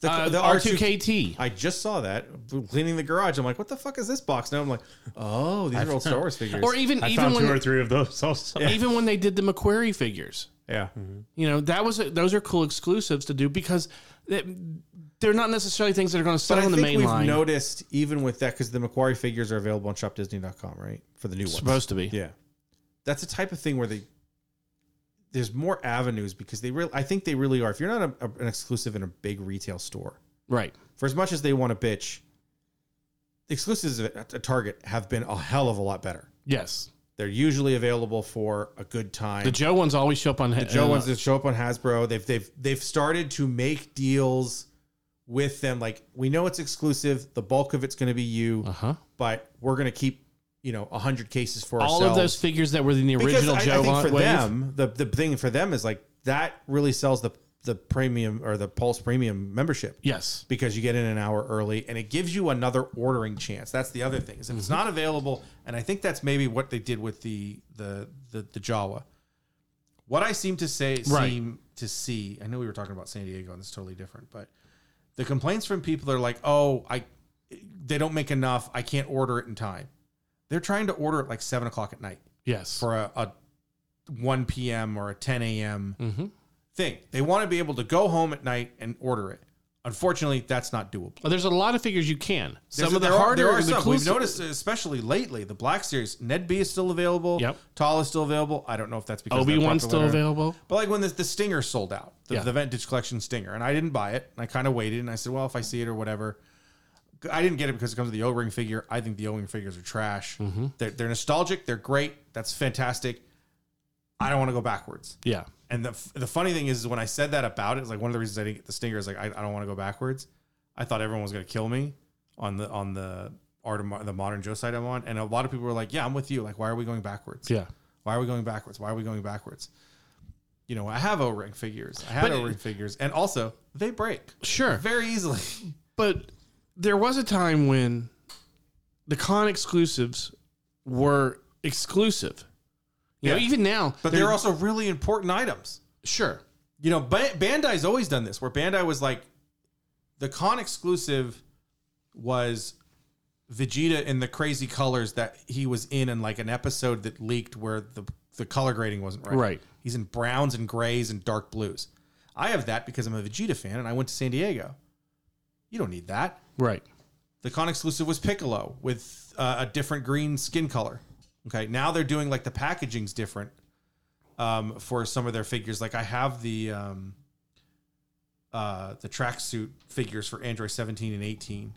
C: The,
A: Uh,
C: the R2
A: R2KT.
C: I just saw that cleaning the garage. I'm like, what the fuck is this box? Now I'm like, oh, these are old Star Wars figures.
A: Or e even
B: I
A: even
B: found two
A: when
B: or three of those also.
A: even when they did the McQuarrie figures.
C: yeah,
A: You know, that was those are cool exclusives to do because They- They're not necessarily things that are going to
C: But
A: sell
C: I
A: on the
C: think
A: main
C: we've
A: line.
C: noticed even with that because the Macquarie figures are available on shopdisney.com, right? For the new ones.
A: supposed to be.
C: Yeah, that's a type of thing where they there's more avenues because they really I think they really are. If you're not a, a- an exclusive in a big retail store,
A: Right.
C: for as much as they want to bitch, the exclusives at at Target have been a hell of a lot better.
A: Yes.
C: They're usually available for a good time.
A: The Joe ones always show up on uh,
C: The Joe ones that show up on Hasbro, they've they've they've started to make deals with them. Like we know it's exclusive. The bulk of it's going to be you,
A: Uh huh.
C: but we're going to keep you know hundred cases for
A: All
C: ourselves.
A: of those figures that were in the
C: because
A: original
C: I, I
A: Joe
C: think for
A: wave.
C: them, the the thing for them is like that really sells the the premium or the Pulse Premium membership
A: Yes.
C: because you get in an hour early and it gives you another ordering chance. That's the other thing. Is if it's
A: Mm-hmm.
C: not available, and I think that's maybe what they did with the the the, the Jawa. What I seem to say
A: Right.
C: seem to see, I know we were talking about San Diego and it's totally different, but the complaints from people are like, "Oh, I they don't make enough. I can't order it in time." They're trying to order it like seven o'clock at night
A: Yes.
C: for a, a 1 p.m. or a 10 a.m.
A: Mhm.
C: thing. They want to be able to go home at night and order it. Unfortunately, that's not doable.
A: Well, there's a lot of figures you can. Some
C: There's-
A: of the
C: there
A: harder
C: are, there
A: the
C: are some. We've
A: clues-
C: noticed, especially lately, the Black Series. Ned B is still available.
A: Yep.
C: Tall is still available. I don't know if that's because they're
A: Obi Wan's
C: popular
A: still
C: or-
A: available.
C: But like when the, the Stinger sold out, the,
A: Yeah.
C: the Vintage Collection Stinger, and I didn't buy it, and I kind of waited, and I said, well, if I see it or whatever. I didn't get it because it comes with the O ring figure. I think the O ring figures are trash. They're, they're nostalgic. They're great. That's fantastic. I don't want to go backwards.
A: Yeah.
C: And the, the funny thing is, is when I said that about it, it's like one of the reasons I didn't get the stinger is like I, I don't want to go backwards. I thought everyone was going to kill me on the on the art of mo- the modern Joe side I'm on, and a lot of people were like, "Yeah, I'm with you." Like, why are we going backwards?
A: Yeah.
C: Why are we going backwards? Why are we going backwards? You know, I have O ring figures. I had
A: But-
C: O ring figures, and also they break
A: Sure.
C: very easily.
A: But there was a time when the con exclusives were exclusive. You know,
C: Yeah.
A: even now,
C: But they're also really important items.
A: sure.
C: you know, Ba- Bandai's always done this, where Bandai was like, the con exclusive was Vegeta in the crazy colors that he was in, in like an episode that leaked where the the color grading wasn't right.
A: Right.
C: He's in browns and grays and dark blues. I have that because I'm a Vegeta fan and I went to San Diego. You don't need that.
A: Right.
C: The con exclusive was Piccolo with uh, a different green skin color. Okay, now they're doing like the packaging's different um, for some of their figures. Like I have the um, uh, the tracksuit figures for Android 17 and 18,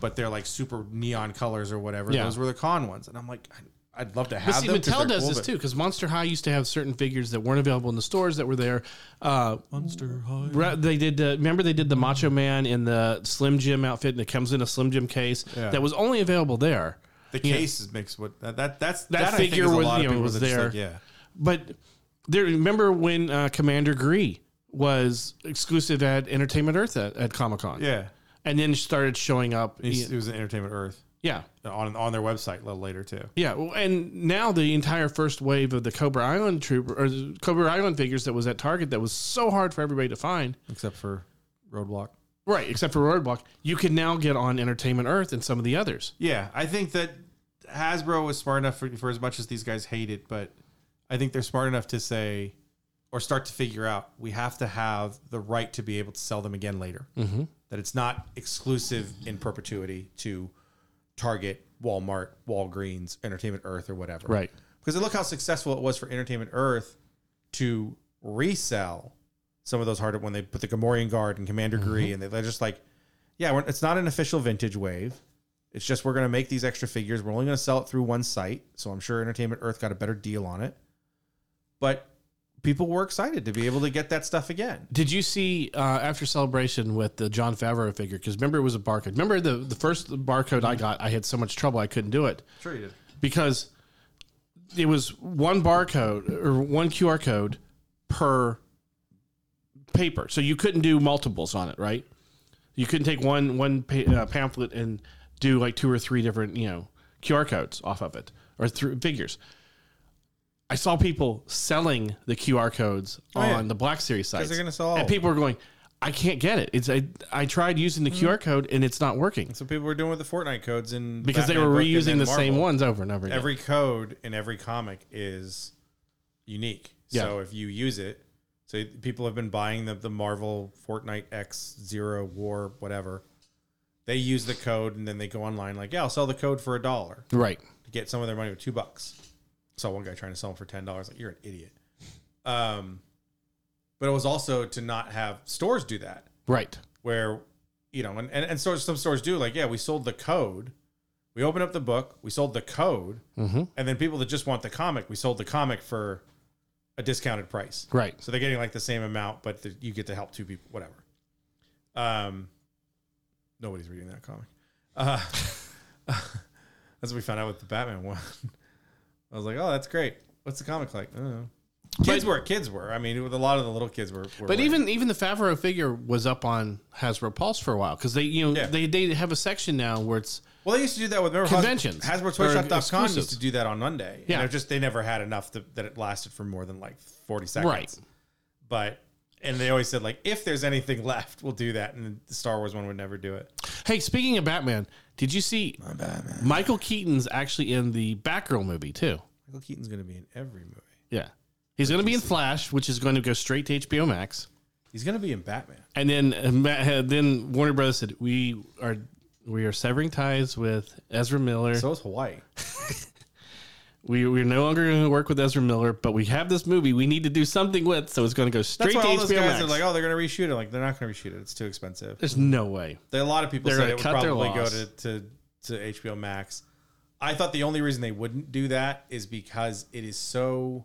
C: but they're like super neon colors or whatever.
A: Yeah.
C: Those were the con ones, and I'm like, I- I'd love to have
A: But see,
C: them. 'cause
A: Mattel
C: they're
A: does
C: cool,
A: this
C: but-
A: too because Monster High used to have certain figures that weren't available in the stores that were there. Uh,
C: Monster High.
A: re- they did. Uh, remember, they did the Macho Man in the Slim Jim outfit, and it comes in a Slim Jim case
C: Yeah.
A: that was only available there.
C: The
A: Yeah.
C: case is mixed with that. that that's
A: That
C: I think
A: figure
C: is a
A: was-
C: lot of
A: you know,
C: people
A: was
C: that just
A: there.
C: think, yeah.
A: But there, remember when uh, Commander Gree was exclusive at Entertainment Earth at, at Comic Con?
C: Yeah.
A: and then started showing up.
C: It was an Entertainment Earth
A: Yeah,
C: on on their website a little later too.
A: yeah, Well, and now the entire first wave of the Cobra Island trooper or the Cobra Island figures that was at Target that was so hard for everybody to find.
C: except for Roadblock.
A: Right, except for Roadblock, you can now get on Entertainment Earth and some of the others.
C: Yeah, I think that Hasbro was smart enough for, for as much as these guys hate it, but I think they're smart enough to say or start to figure out we have to have the right to be able to sell them again later. Mm-hmm. That it's not exclusive in perpetuity to Target, Walmart, Walgreens, Entertainment Earth, or whatever.
A: Right.
C: Because look how successful it was for Entertainment Earth to resell some of those harder when they put the Gamorrean Guard and Commander
A: Mm-hmm.
C: Gree, and they, they're just like, yeah, we're, it's not an official vintage wave. It's just we're going to make these extra figures. We're only going to sell it through one site, so I'm sure Entertainment Earth got a better deal on it. But people were excited to be able to get that stuff again.
A: Did you see uh, after celebration with the John Favreau figure? Because remember, it was a barcode. Remember the the first barcode I got, I had so much trouble I couldn't do it.
C: Sure you did.
A: because it was one barcode or one QR code per paper, so you couldn't do multiples on it, right? You couldn't take one one pa- uh, pamphlet and do like two or three different you know QR codes off of it or through figures. I saw people selling the QR codes on
C: Oh, yeah.
A: the Black Series sites,
C: they're gonna sell all
A: and
C: of them. Mm-hmm.
A: people are going. I can't get it. It's I, I tried using the QR code and it's not working
C: So people were doing with the Fortnite codes and
A: because they were reusing the same ones over and over again.
C: every code in every comic is unique. So if you use it, So people have been buying the, the Marvel Fortnite X Zero War whatever. They use the code and then they go online like, yeah, I'll sell the code for a dollar
A: Right.
C: to get some of their money with two bucks. Saw one guy trying to sell them for ten dollars. Like you're an idiot. Um, but it was also to not have stores do that
A: Right.
C: where you know and, and, and stores some stores do like yeah we sold the code we opened up the book we sold the code
A: Mhm.
C: and then people that just want the comic we sold the comic for a discounted price
A: Right.
C: so they're getting like the same amount but the, you get to help two people whatever um nobody's reading that comic uh that's what we found out with the batman one i was like oh that's great what's the comic like i don't know kids were kids were i mean with a lot of the little kids were, were
A: But
C: wearing
A: even even the Favreau figure was up on Hasbro Pulse for a while because they you know
C: Yeah.
A: they they have a section now where it's
C: Well, they used to do that with remember Has-
A: Conventions.
C: Hasbro
A: Or
C: Toyshop.com
A: exclusives.
C: used to do that on Monday.
A: Yeah.
C: Yeah, and it just they never had enough to, that it lasted for more than like forty seconds.
A: Right.
C: But and they always said like if there's anything left, we'll do that. And the Star Wars one would never do it.
A: hey speaking of Batman did you see Michael Keaton's actually in the Batgirl movie too
C: Michael Keaton's going to be in every movie.
A: yeah he's going to be in Flash which is going to go straight to HBO Max
C: He's going to be in Batman.
A: and then and Matt had- then Warner Brothers said we are we are severing ties with Ezra Miller
C: So is Hawaii.
A: we we're no longer going to work with Ezra Miller but we have this movie we need to do something with so it's going to go
C: That's
A: straight
C: why
A: to
C: all
A: HBO
C: those guys
A: Max
C: are like, oh, they're going to reshoot it. Like they're not going to reshoot it. It's too expensive.
A: there's no way
C: There, a lot of people
A: They're
C: said
A: gonna
C: it would
A: cut their
C: probably go
A: loss.
C: to, to to HBO Max. I thought the only reason they wouldn't do that is because it is so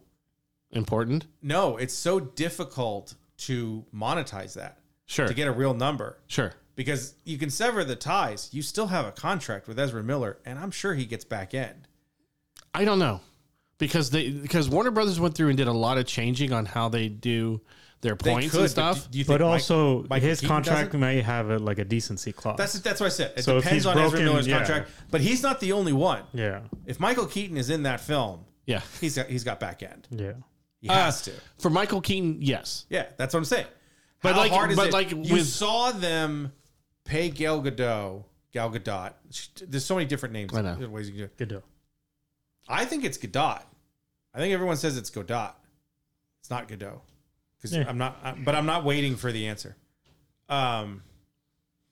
A: important
C: No, it's so difficult to monetize that
A: sure
C: to get a real number
A: sure
C: because you can sever the ties. You still have a contract with Ezra Miller, and I'm sure he gets back end.
A: I don't know because they because Warner Brothers went through and did a lot of changing on how they do their
C: They
A: points
C: could,
A: and
C: but
A: stuff.
C: do you think
B: But
C: Mike-
B: also,
C: Michael
B: his
C: Keaton
B: contract
C: doesn't?
B: may have a, like a decency clause.
C: That's that's what I said. It
B: So if
C: depends
B: he's
C: on Ezra
B: broken,
C: Miller's
B: yeah.
C: contract, but he's not the only one.
B: yeah,
C: If Michael Keaton is in that film,
A: yeah,
C: he's got he's got back end.
B: yeah.
C: He
A: Ah.
C: has to.
A: for Michael Keaton, yes,
C: Yeah, that's what I'm saying.
A: But
C: How
A: like- but like
C: you
A: with-
C: saw them pay Gal Gadot, Gal Gadot. There's so many different names.
A: I know.
C: There's ways you can do it.
B: Good deal.
C: I think it's Godot. I think everyone says it's Godot. It's not Godot. 'Cause
B: Yeah.
C: I'm not, I- but I'm not waiting for the answer. Um,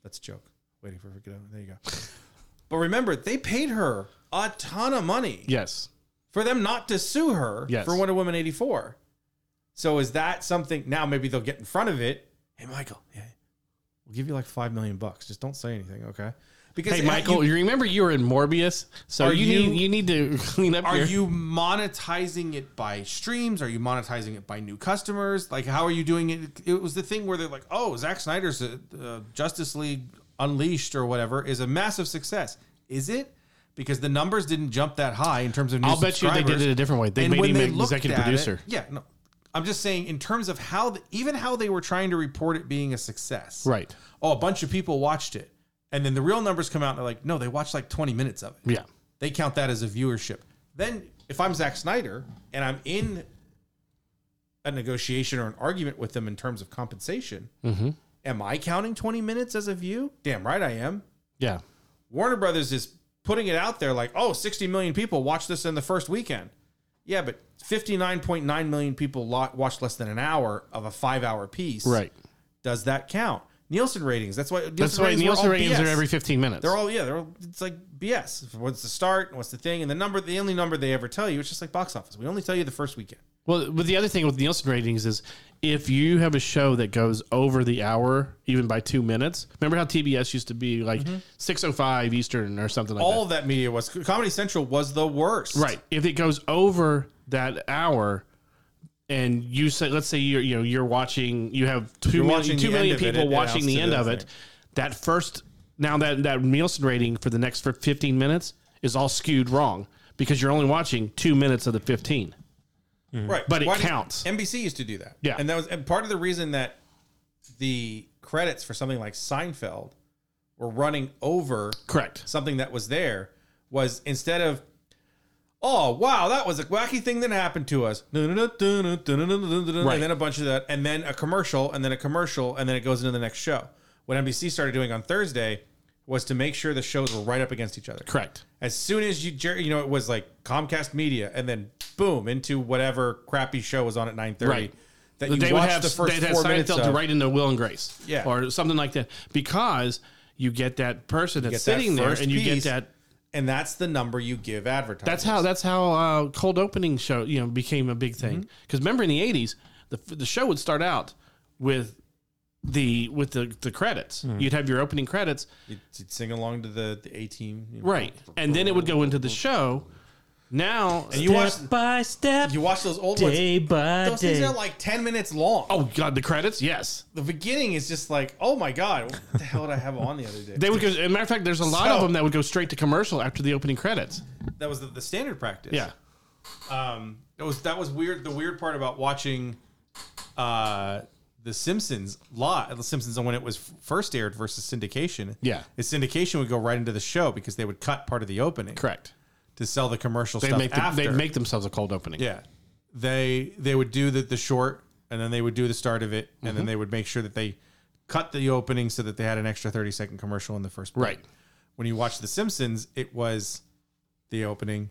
C: that's a joke. Waiting for Godot. There you go. but remember, they paid her a ton of money
A: yes,
C: for them not to sue her
A: Yes.
C: for Wonder Woman 84. So is that something now maybe they'll get in front of it? Hey Michael, yeah, we'll give you like five million bucks. Just don't say anything, okay? Because
A: Hey
C: you-
A: Michael, you, remember you were in Morbius, so
C: Are
A: you,
C: you-
A: need you need to clean up.
C: Are
A: your,
C: you monetizing it by streams? Are you monetizing it by new customers? Like, how are you doing it? It was the thing where they're like, oh, Zack Snyder's uh uh, Justice League Unleashed or whatever is a massive success. Is it? Because the numbers didn't jump that high in terms of new
A: I'll bet you they did
C: subscribers.
A: it a different way. They
C: And
A: made
C: when
A: him
C: they
A: an
C: looked
A: executive
C: at it-
A: producer.
C: yeah, no. I'm just saying, in terms of how, the, even how they were trying to report it being a success.
A: Right.
C: Oh, a bunch of people watched it. And then the real numbers come out and they're like, no, they watched like 20 minutes of it
A: Yeah,
C: they count that as a viewership. Then if I'm Zack Snyder and I'm in a negotiation or an argument with them in terms of compensation,
A: Mm-hmm.
C: am I counting 20 minutes as a view? Damn right I am.
A: yeah,
C: Warner Brothers is putting it out there like, oh, 60 million people watched this in the first weekend. Yeah, but 59.9 million people lo- watched less than an hour of a five hour piece.
A: right.
C: Does that count? Nielsen ratings. That's why Nielsen
A: That's why
C: ratings were
A: Nielsen
C: all
A: ratings
C: BS.
A: are every fifteen minutes.
C: They're all yeah. They're all, it's like BS. What's the start? What's the thing? And the number, the only number they ever tell you, it's just like box office. We only tell you the first weekend.
A: Well, but the other thing with Nielsen ratings is if you have a show that goes over the hour, even by two minutes. Remember how TBS used to be like six oh five Eastern or something like
C: Mm-hmm. All that media was Comedy Central was the worst.
A: that. Right. If it goes over that hour, and you say, let's say you're you know you're watching, you have two
C: You're
A: million-
C: watching
A: two
C: the
A: million
C: end of it,
A: people
C: it
A: watching
C: adds
A: the
C: to
A: end
C: the
A: of
C: other
A: it.
C: thing.
A: That first now that that Nielsen rating for the next for fifteen minutes is all skewed wrong because you're only watching two minutes of the fifteen.
C: Right.
A: But it
C: did-
A: counts.
C: NBC used to do that.
A: Yeah.
C: And that was and part of the reason that the credits for something like Seinfeld were running over
A: Correct.
C: something that was there was instead of oh wow that was a wacky thing that happened to us
A: Right.
C: and then a bunch of that and then a commercial and then a commercial and then it goes into the next show what nbc started doing on thursday was to make sure the shows were right up against each other
A: Correct.
C: as soon as you jer- you know it was like comcast media and then boom into whatever crappy show was on at 9.30
A: Right.
C: that
A: they
C: you
A: would
C: watch
A: have
C: the first
A: they'd have
C: four minutes
A: Seinfeld
C: of.
A: right into Will and Grace,
C: Yeah.
A: or something like that, because you get that person that's
C: get that
A: sitting there,
C: first
A: and you
C: piece.
A: get that.
C: and that's the number you give advertisers.
A: That's how that's how uh, cold opening show you know became a big thing.
C: Mm-hmm.
A: Because remember in the eighties, the the show would start out with the with the, the credits.
C: Mm-hmm.
A: You'd have your opening credits,
C: you'd, you'd sing along to the the A team, you know.
A: right, and then it would go into the show. Now
C: And you
B: Step
C: watch
B: by step,
C: you watch those old ones.
B: day by
C: Those things
B: day.
C: are like ten minutes long.
A: oh god, the credits, yes.
C: The beginning is just like, oh my god, what the hell did I have on the other day?
A: They would go. As a matter of fact, there's a lot of
C: So-
A: them that would go straight to commercial after the opening credits.
C: that was the, the standard practice.
A: Yeah,
C: um, it was that was weird. The weird part about watching uh, the Simpsons lot the Simpsons when it was first aired versus syndication.
A: Yeah.
C: is syndication would go right into the show because they would cut part of the opening
A: correct.
C: to sell the commercial
A: They
C: stuff
A: make the,
C: after.
A: they make themselves a cold opening.
C: yeah, they they would do the the short and then they would do the start of it and then they would make sure that they cut the opening so that they had an extra thirty second commercial in the first. break.
A: Right.
C: When you watch the Simpsons, it was the opening,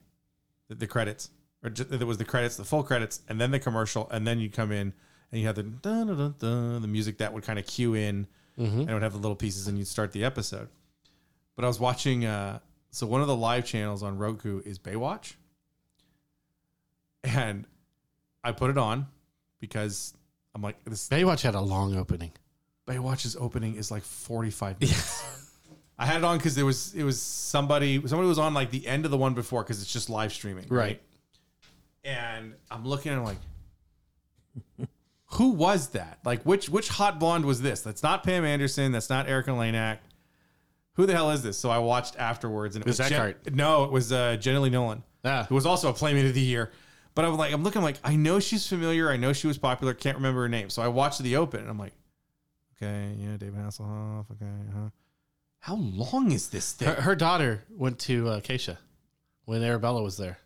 C: the, the credits, or ju- it was the credits, the full credits, and then the commercial, and then you come in and you have the dun, dun, dun, dun, the music that would kind of cue in, and it would have the little pieces, and you'd start the episode. But I was watching, uh, so one of the live channels on Roku is Baywatch, and I put it on because I'm like, this
A: Baywatch had a long opening.
C: Baywatch's opening is like 45 minutes. I had it on because there was it was somebody somebody was on like the end of the one before because it's just live streaming,
A: Right.
C: And I'm looking and I'm like, who was that? Like which which hot blonde was this? That's not Pam Anderson. That's not Erica Lanak. Who the hell is this? So I watched afterwards and it was,
A: was
C: Jen-
A: Eckhart.
C: no, it was uh, Jenna Lee Nolan
A: Ah.
C: who was also a Playmate of the Year. But I'm like, I'm looking like, I know she's familiar. I know she was popular. Can't remember her name. So I watched the open and I'm like, okay, yeah, David Hasselhoff. Okay, huh? How long is this thing?
A: Her, her daughter went to uh, Keisha when Arabella was there.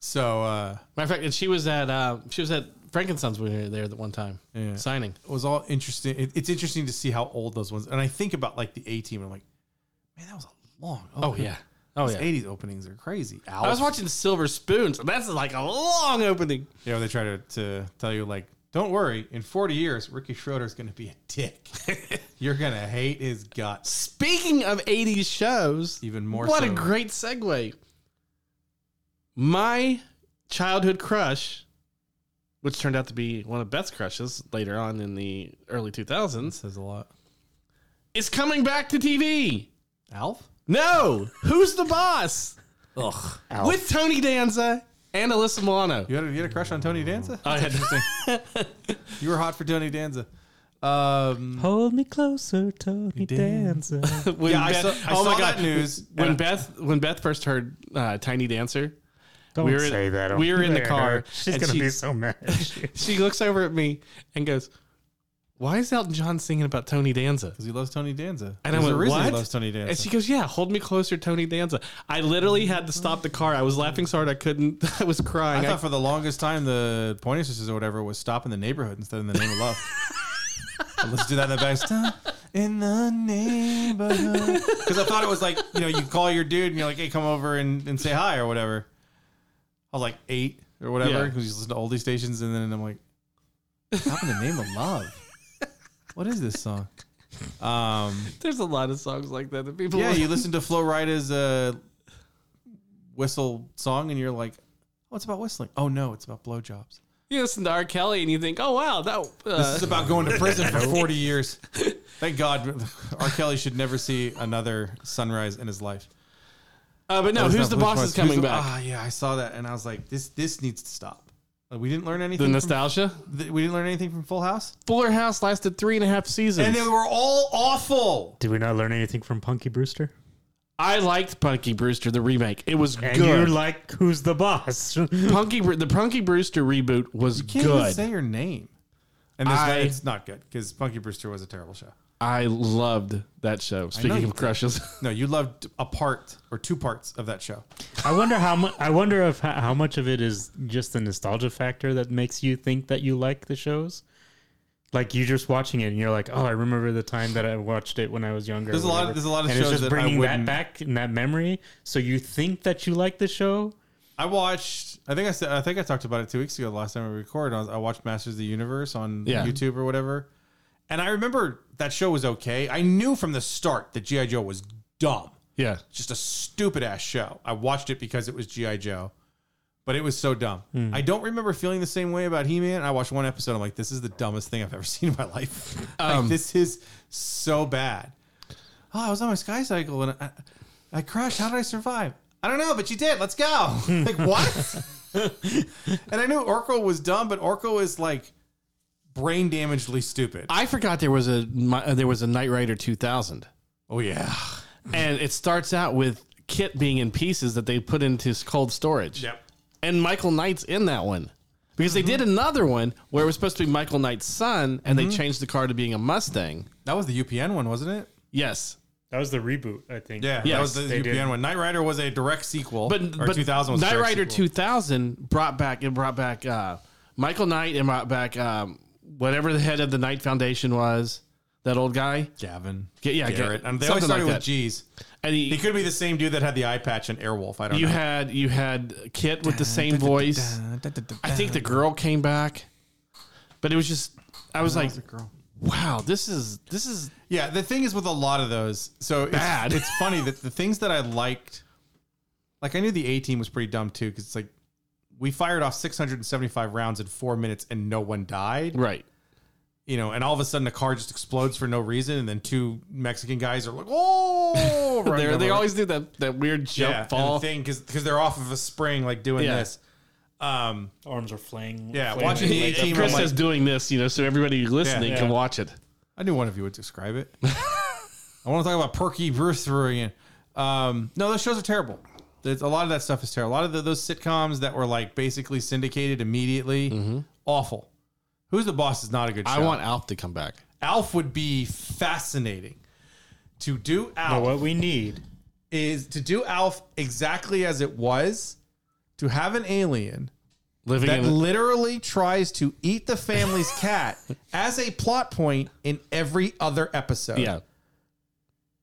C: So uh,
A: Matter of fact, and she was at uh, she was at Frankenstein's when we were there that one time
C: Yeah.
A: signing.
C: it was all interesting. It, it's interesting to see how old those ones. And I think about like the A team. I'm like, man, that was a long.
A: Oh yeah, oh yeah.
C: Eighties openings are crazy.
A: I was watching Silver Spoons. And that's like a long opening.
C: You know, they try to, to tell you like, don't worry, in 40 years, Ricky Schroeder's going to be a dick. You're going to hate his guts.
A: Speaking of '80s shows,
C: Even more
A: What a
C: so.
A: great segue. My childhood crush, which turned out to be one of Beth's crushes later on in the early 2000s,
C: Says a lot.
A: is coming back to TV.
C: Alf?
A: No, who's the boss?
C: Ugh.
A: With Tony Danza and Alyssa Milano.
C: You had, a, you had a crush on Tony Danza?
A: I had
C: You were hot for Tony Danza. Um,
B: Hold me closer, Tony
C: dance.
B: Danza.
A: when
C: yeah, I
A: Beth-
C: saw, I
A: oh
C: saw
A: my
C: that
A: God.
C: news.
A: When
C: and
A: Beth when Beth first heard uh, Tiny Dancer,
B: Don't
A: We were in-
B: say that.
A: we were in the
B: There.
A: car,
B: She's
A: and
B: gonna
A: she-
B: be so mad. at you.
A: she looks over at me and goes, "Why is Elton John singing about Tony Danza?"
C: because he loves Tony Danza.
A: And I
C: There's a
A: went,
C: reason he
A: "What?"
C: loves Tony Danza.
A: And she goes, "Yeah, hold me closer, Tony Danza." I literally had to stop the car. I was laughing so hard I couldn't. I was
C: I
A: crying. I
C: thought for the longest time the Pointer Sisters or whatever was "Stop in the Neighborhood" instead of "In the Name of Love." But Let's do that in the back. Stop in the neighborhood. Because I thought it was like you know you call your dude and you're like, hey, come over and, and say hi or whatever. I was like eight or whatever
A: Yeah.
C: because you listen to oldie stations and then I'm like, "Stop in the Name of Love." What is this song? Um,
A: there's a lot of songs like that that people.
C: yeah, you listen to Flo Rida's uh, whistle song and you're like, oh, it's about whistling. Oh no, it's about blowjobs.
A: you listen to R. Kelly and you think, "Oh wow, that." Uh,
C: This is about going to prison for 40 years. Thank God R. Kelly should never see another sunrise in his life.
A: uh, but no,
C: That was
A: who's
C: not
A: the
C: Blue
A: boss
C: Smart-
A: is coming
C: Who's the-
A: back?
C: Ah, yeah, I saw that and I was like, this this needs to stop. Like, we didn't learn
A: the
C: anything. from,
A: nostalgia.
C: th- we didn't learn anything from Full House.
A: Mm-hmm. Fuller House lasted three and a half seasons.
C: And they were all awful.
B: Did we not learn anything from Punky Brewster?
A: I liked Punky Brewster the remake. It was
B: And
A: good.
B: you like who's the boss?
A: Punky Bru- the Punky Brewster reboot was
C: Can't even
A: good.
C: say your name. And this,
A: I-
C: it's not good because Punky Brewster was a terrible show.
A: I loved that show. Speaking
C: you
A: of
C: did.
A: crushes,
C: No, you loved a part or two parts of that show.
B: I wonder how much. I wonder if how, how much of it is just the nostalgia factor that makes you think that you like the shows. Like you just watching it and you're like, oh, I remember the time that I watched it when I was younger. or
C: There's a lot-
B: whatever."
C: there's a lot of
B: and
C: shows
B: it's just
C: that I
B: bringing that
C: wouldn't-
B: back in that memory. So you think that you like the show,
C: I watched. I think I said. I think I talked about it two weeks ago. The last time we recorded, I, was- I watched Masters of the Universe on
A: Yeah.
C: YouTube or whatever, and I remember that show was okay. I knew from the start that GI Joe was dumb,
A: Yeah.
C: just a stupid ass show. I watched it because it was GI Joe, but it was so dumb.
A: Hmm.
C: I don't remember feeling the same way about He Man. I watched one episode. I'm like, this is the dumbest thing I've ever seen in my life. Like,
A: Um,
C: this is so bad. Oh, I was on my sky cycle and I, I crashed. How did I survive? I don't know, but you did. Let's go. like what? and I knew Orko was dumb, but Orko is like brain damagedly stupid.
A: I forgot there was a my, there was a Knight Rider 2000,
C: oh yeah,
A: and it starts out with Kit being in pieces that they put into s- cold storage.
C: Yep.
A: And Michael Knight's in that one because they did another one where it was supposed to be Michael Knight's son, and they changed the car to being a Mustang.
C: that was the UPN one, wasn't it?
A: Yes.
B: That was the reboot, I think.
C: Yeah, that
A: Yes,
C: was the
B: they
C: UPN
B: did.
C: one. Knight Rider was a direct sequel,
A: But,
C: or
A: but
C: 2000 was a
A: Knight
C: direct
A: Rider
C: sequel.
A: 2000 brought back it brought back uh, Michael Knight and brought back um, whatever the head of the Knight Foundation was. That old guy,
C: Gavin,
A: Ga- yeah, Ga-
C: Garrett, and they
A: something
C: always started
A: like
C: with
A: that.
C: G's.
A: and
C: He
A: he,
C: could be the same dude that had the eye patch and Airwolf. I don't
A: you
C: know.
A: had you had Kit with the same voice. I think the girl came back, but it was just I was like,
C: girl.
A: wow, this is this is
C: Yeah, the thing is with a lot of those, so it's-
A: Bad.
C: It's, funny that the things that I liked, like I knew the A team was pretty dumb too, because it's like we fired off 675 rounds in four minutes and no one died,
A: right.
C: you know, and all of a sudden the car just explodes for no reason, and then two Mexican guys are like, oh,
A: They
C: running
A: they
C: over.
A: always do that that weird jump
C: and
A: fall.
C: the thing because they're off of a spring like doing
A: Yeah.
C: this. Um,
B: Arms are flaying.
C: Yeah, E
B: flaying
C: watching the
B: like-
C: 18
A: Chris
C: I'm like-
A: is doing this, you know, so everybody listening
B: Yeah.
A: can
B: Yeah.
A: watch it.
C: I knew one of you would describe it. I want to talk about Perky Bruce through again. Um, no, those shows are terrible. There's, a lot of that stuff is terrible. A lot of the, those sitcoms that were like basically syndicated immediately, awful. Who's the boss is not a good show.
A: Mm-hmm. I want Alf to come back.
C: Alf would be fascinating. To do
B: Now,
C: Alf
B: what we need
C: is to do Alf exactly as it was. To have an alien
A: Living
C: that
A: in
C: literally tries to eat the family's cat as a plot point in every other episode.
A: yeah.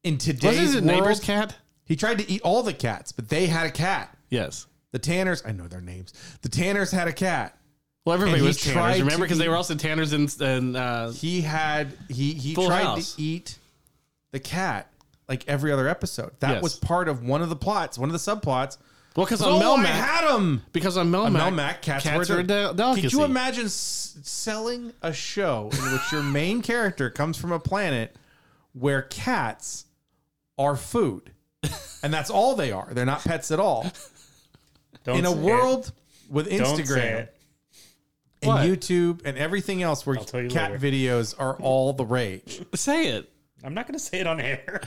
C: In
A: Was
C: today's
A: it a
C: world,
A: neighbor's cat?
C: He tried to eat all the cats, but they had a cat.
A: Yes.
C: The Tanners, I know their names. The Tanners had a cat.
A: Well, everybody
C: And he
A: was
C: tried
A: Tanners,
C: to
A: remember? Because they
C: eat-
A: were also Tanners and, and uh,
C: He had he he
A: Full
C: tried
A: House.
C: to eat the cat like every other episode. That
A: Yes.
C: was part of one of the plots, one of the subplots.
A: well, because
C: Oh,
A: on
C: I
A: Melmac,
C: had him.
A: because on Melmac,
C: Melmac, cats, were,
A: a del-
C: Could
A: delicacy.
C: you imagine s- selling a show in which your main character comes from a planet where cats are food, and that's all they are? They're not pets at all.
B: don't
C: in a
B: say it.
C: world with
B: Don't say
C: Instagram
B: it.
C: and
A: What?
C: YouTube and everything else where
B: tell you
C: cat
B: later.
C: videos are all the rage.
A: Say it.
B: I'm not going to say it on air.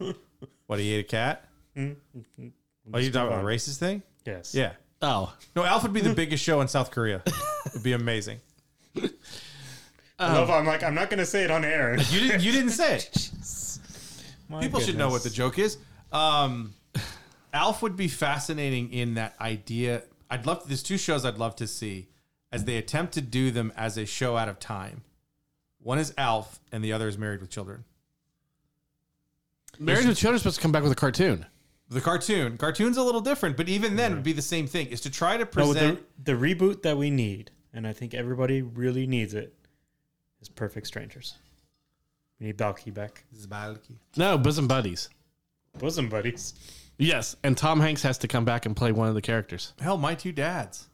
C: What, he ate a cat?
B: Mm-hmm.
C: Are you talking about a racist thing?
B: Yes.
C: Yeah.
A: Oh.
C: No, Alf would be the biggest show in South Korea. It would be amazing.
B: I love how I'm like, I'm not going to say it on air.
C: You didn't, you didn't say it.
B: My
C: People should know
B: goodness.
C: what the joke is. Um, Alf would be fascinating in that idea. I'd love there's two shows I'd love to see as they attempt to do them as a show out of time. One is Alf and the other is Married with Children.
A: Married with Children is supposed to come back with a cartoon.
C: The cartoon. Cartoon's a little different, but even then it would be the same thing. Is to try to
B: No,
C: present
B: the, the reboot that we need, and I think everybody really needs it, is Perfect Strangers. We need Balky back.
A: No, Bosom Buddies.
B: Bosom buddies.
A: Yes, and Tom Hanks has to come back and play one of the characters.
C: Hell, my two dads.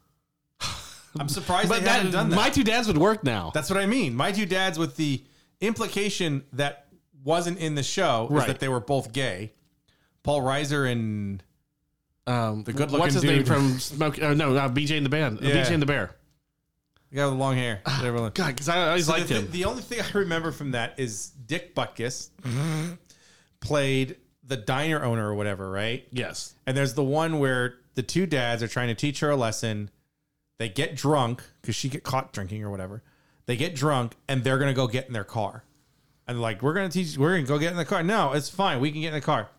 C: I'm surprised
A: But
C: they
A: that,
C: haven't done that.
A: my two dads would work now.
C: That's what I mean. My two dads with the implication that wasn't in the show is
A: Right.
C: that they were both gay. Paul Reiser and
A: um, the
C: good-looking
A: what's his
C: dude.
A: name from Smoke? Oh no, uh, BJ and the Band. Uh,
C: Yeah.
A: BJ and the Bear.
C: the guy with the long hair. Everyone-
A: Ah, God, because I always liked
C: the, thi-
A: him.
C: the only thing I remember from that is Dick Butkus
A: Mm-hmm.
C: played the diner owner or whatever, right?
A: yes,
C: And there's the one where the two dads are trying to teach her a lesson. They get drunk because she get caught drinking or whatever. They get drunk and they're gonna go get in their car. And like, we're gonna teach, we're gonna go get in the car. No, it's fine. We can get in the car.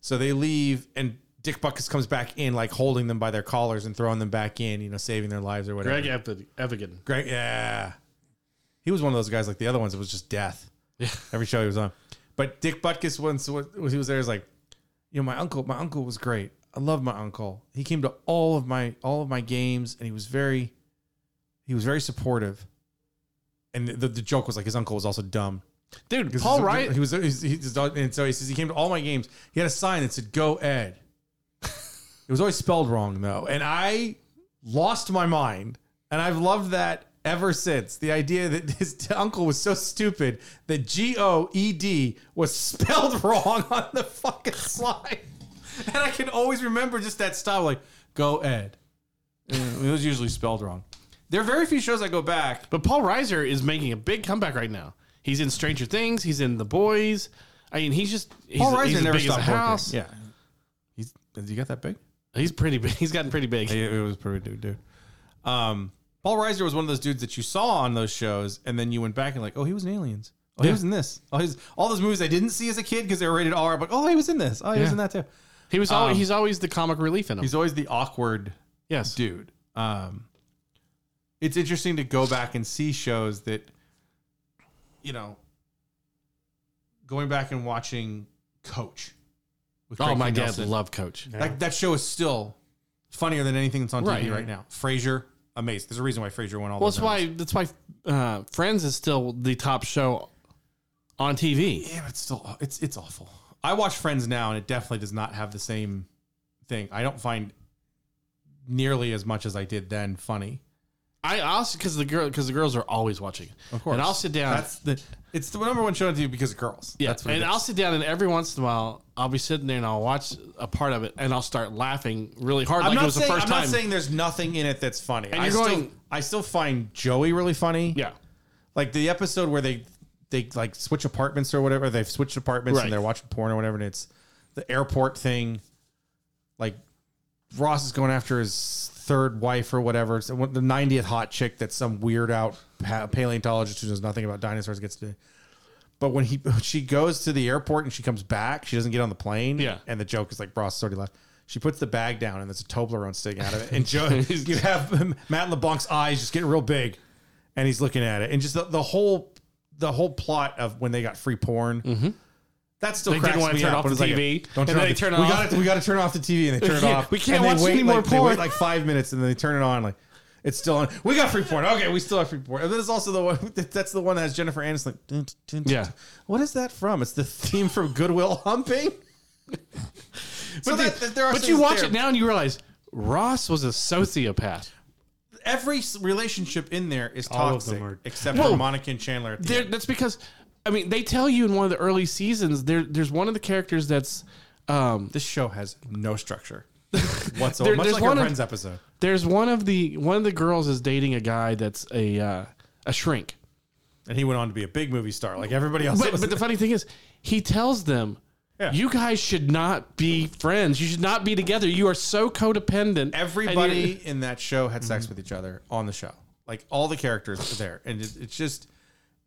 C: So they leave and Dick Buckus comes back in, like holding them by their collars and throwing them back in, you know, saving their lives or whatever.
A: Greg Evigan. Evigan.
C: Greg, yeah. He was one of those guys like the other ones. It was just death.
A: Yeah.
C: Every show he was on. But Dick Butkus once, when he was there, he was like, you know, my uncle, my uncle was great. I love my uncle. He came to all of my all of my games, and he was very, he was very supportive. And the, the joke was like his uncle was also dumb.
A: Dude,
C: 'Cause
A: Paul
C: his-
A: Wright.
C: He was, he was- he was- and so he says he came to all my games. He had a sign that said "Go Ed." it was always spelled wrong though, and I lost my mind. And I've loved that ever since. The idea that his t- uncle was so stupid that G O E D was spelled wrong on the fucking slide, and I can always remember just that style, like "Go Ed." And It was usually spelled wrong. There are very few shows I go back
A: But Paul Reiser is making a big comeback right now. He's in Stranger Things. He's in The Boys. I mean, he's just he's,
C: Paul Reiser
A: he's as
C: never
A: big as a
C: stopped
A: house.
C: working. Yeah, he's did you get that big?
A: He's pretty big. He's gotten pretty big.
C: It, it was pretty big, dude. Um, Paul Reiser was one of those dudes that you saw on those shows, and then you went back and like, oh, he was in Aliens. Oh, he
A: Yeah.
C: was in this. Oh, he's all those movies I didn't see as a kid because they were rated R. But oh, he was in this. Oh, he was
A: Yeah.
C: in that too.
A: He was always, he's always the comic relief in him.
C: Um, He's always the awkward
A: Yes.
C: dude. Um, it's interesting to go back and see shows that, you know, going back and watching Coach. With
A: Oh
C: Craig
A: my
C: T.
A: dad,
C: Nelson.
A: love Coach.
C: That, that show is still funnier than anything that's on
A: Right.
C: TV right now. Frasier, amazing. There's a reason why Frasier won all.
A: Well,
C: those
A: that's why
C: Emmys.
A: that's why uh, Friends is still the top show on TV.
C: Yeah, but it's still it's it's awful. I watch Friends now, and it definitely does not have the same thing. I don't find nearly as much as I did then funny.
A: I also because the girl because the girls are always watching. Of
C: course.
A: and I'll sit down.
C: That's the it's the number one show on TV because of girls.
A: yeah,
C: that's what
A: and
C: it is.
A: I'll sit down and every once in a while I'll be sitting there and I'll watch a part of it and I'll start laughing really hard
C: I'm
A: like
C: not
A: it was
C: saying
A: the 1st
C: I'm
A: time.
C: not saying there's nothing in it that's funny. I
A: you're
C: still
A: going-
C: I still find Joey really funny.
A: yeah,
C: like the episode where they they like switch apartments or whatever they've switched apartments
A: Right.
C: and they're watching porn or whatever and it's the airport thing like ross is going after his third wife or whatever it's the one- the 90th hot chick that's some weird out pa- paleontologist who knows nothing about dinosaurs gets to but when he she goes to the airport and she comes back she doesn't get on the plane
A: Yeah.
C: and the joke is like ross has already left she puts the bag down and there's a Toblerone sticking out of it. And Joe, you have Matt LeBlanc's eyes just getting real big and he's looking at it, and just the, the whole the whole plot of when they got free porn. That still
A: Mm-hmm. They didn't
C: cracks
A: wanna
C: me
A: turn
C: up
A: off the
C: when it's like,
A: TV, and
C: Don't turn
A: then
C: off
A: they
C: the-
A: turn it
C: we
A: off.
C: Gotta, we got to turn off the TV, and they turn it
A: can't-
C: off.
A: we can't
C: and they
A: watch
C: wait,
A: any more
C: like, They
A: porn.
C: wait like five minutes, and then they turn it on. Like it's still on. We got free porn. Okay, we still have free porn. And then it's also the one that's the one that has Jennifer Aniston. Like, dun, dun, dun,
A: Yeah.
C: dun. What is that from? It's the theme from Goodwill Humping. but
A: but,
C: that- that there are
A: but
C: some
A: you watch
C: there.
A: it now and you realize Ross was a sociopath.
C: Every s- relationship in there is toxic,
B: All of them are-
C: except
A: Well,
C: for Monica and Chandler. At the
A: There
C: end.
A: that's because I mean they tell you in one of the early seasons there there's one of the characters that's um,
C: This show has no structure whatsoever.
A: There-
C: Much
A: there's
C: like
A: one
C: a
A: of-
C: Friends episode.
A: there's one of the one of the girls is dating a guy that's a uh, a shrink.
C: And he went on to be a big movie star, like everybody else.
A: But,
C: was.
A: but the funny thing is, he tells them,
C: Yeah.
A: "You guys should not be friends. You should not be together. You are so codependent." And
C: everybody
A: you-
C: in that show had
A: Mhm.
C: sex with each other on the show. Like all the characters were there, and it, it's just,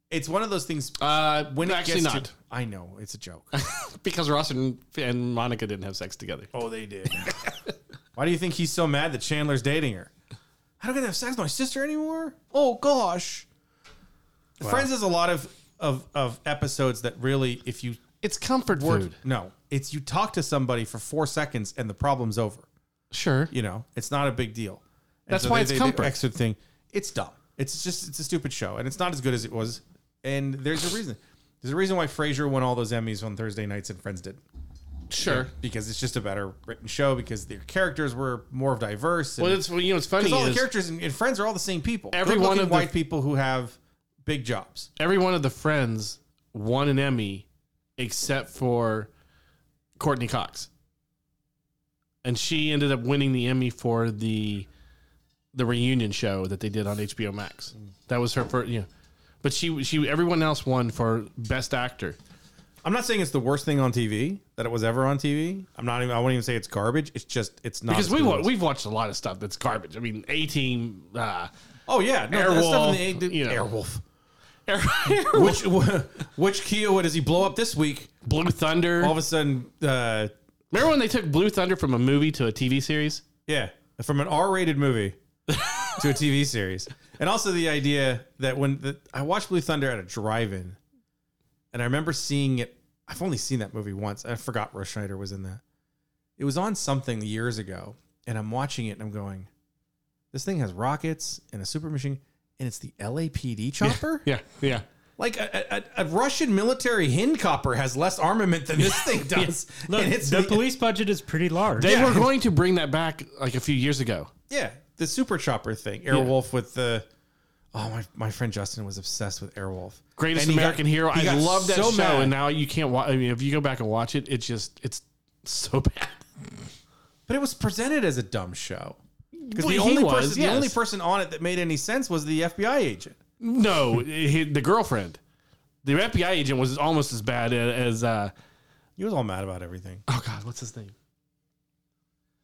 C: it's one of those things.
A: uh,
C: When it
A: actually
C: gets to-
A: not,
C: I know it's a joke.
A: because Ross and, and Monica didn't have sex together.
C: oh, they did. Why do you think he's so mad that Chandler's dating her? I don't get to have sex with my sister anymore. Oh gosh. Friends has a lot of of of episodes that really, if you
A: It's comfort food,
C: No, it's you talk to somebody for four seconds and the problem's over.
A: sure.
C: You know, it's not a big deal. And
A: That's why
C: they-
A: it's
C: they- they
A: comfort.
C: extra thing. It's dumb. It's just it's a stupid show, and it's not as good as it was. And there's a reason. There's a reason why Frasier won all those Emmys on Thursday nights and Friends did
A: Sure.
C: because it's just a better written show because their characters were more diverse. And
A: Well, it's well, you know it's funny
C: because all the
A: is
C: characters in, in Friends are all the same people.
A: Every one
C: Good-looking
A: of the-
C: white people who have big jobs.
A: every one of the friends won an Emmy except for Courtney Cox, and she ended up winning the Emmy for the the reunion show that they did on HBO Max. That was her first, yeah. But she she everyone else won for best actor.
C: I'm not saying it's the worst thing on TV that it was ever on TV. I'm not even. I wouldn't even say it's garbage. It's just it's not
A: Because
C: as
A: we
C: good
A: wa-
C: as-
A: we've watched a lot of stuff that's garbage. I mean, A Team, uh,
C: Oh yeah, no,
A: Airwolf,
C: that stuff in the, the-
A: you know.
C: Airwolf.
A: Arrow,
C: Which which Kiowa does he blow up this week?
A: Blue Thunder.
C: All of a sudden, uh,
A: Remember when they took Blue Thunder from a movie to a TV series?
C: yeah, from an R-rated movie to a TV series, and also the idea that when the, I watched Blue Thunder at a drive-in, and I remember seeing it. I've only seen that movie once. I forgot Rush Schneider was in that. It was on something years ago, and I'm watching it and I'm going, this thing has rockets and a super machine, and it's the LAPD chopper?
A: Yeah, yeah.
C: Like a, a, a Russian military hindcopper has less armament than this thing does.
B: Look,
C: and it's
B: the police budget is pretty large.
A: They were going to bring that back like a few years ago.
C: Yeah, the super chopper thing. Airwolf with the. Oh, my, my friend Justin was obsessed with Airwolf.
A: Greatest
C: And he got-
A: American Hero.
C: he
A: I
C: got
A: love that
C: so
A: show,
C: mad.
A: and now you can't watch. I mean, if you go back and watch it, it's just it's so bad.
C: But it was presented as a dumb show. Because
A: Well,
C: the
A: he
C: only
A: was,
C: person,
A: yes.
C: the only person on it that made any sense was the FBI agent.
A: No, he, the girlfriend, the FBI agent, was almost as bad a- as. Uh,
C: He was all mad about everything.
A: oh God, what's his name?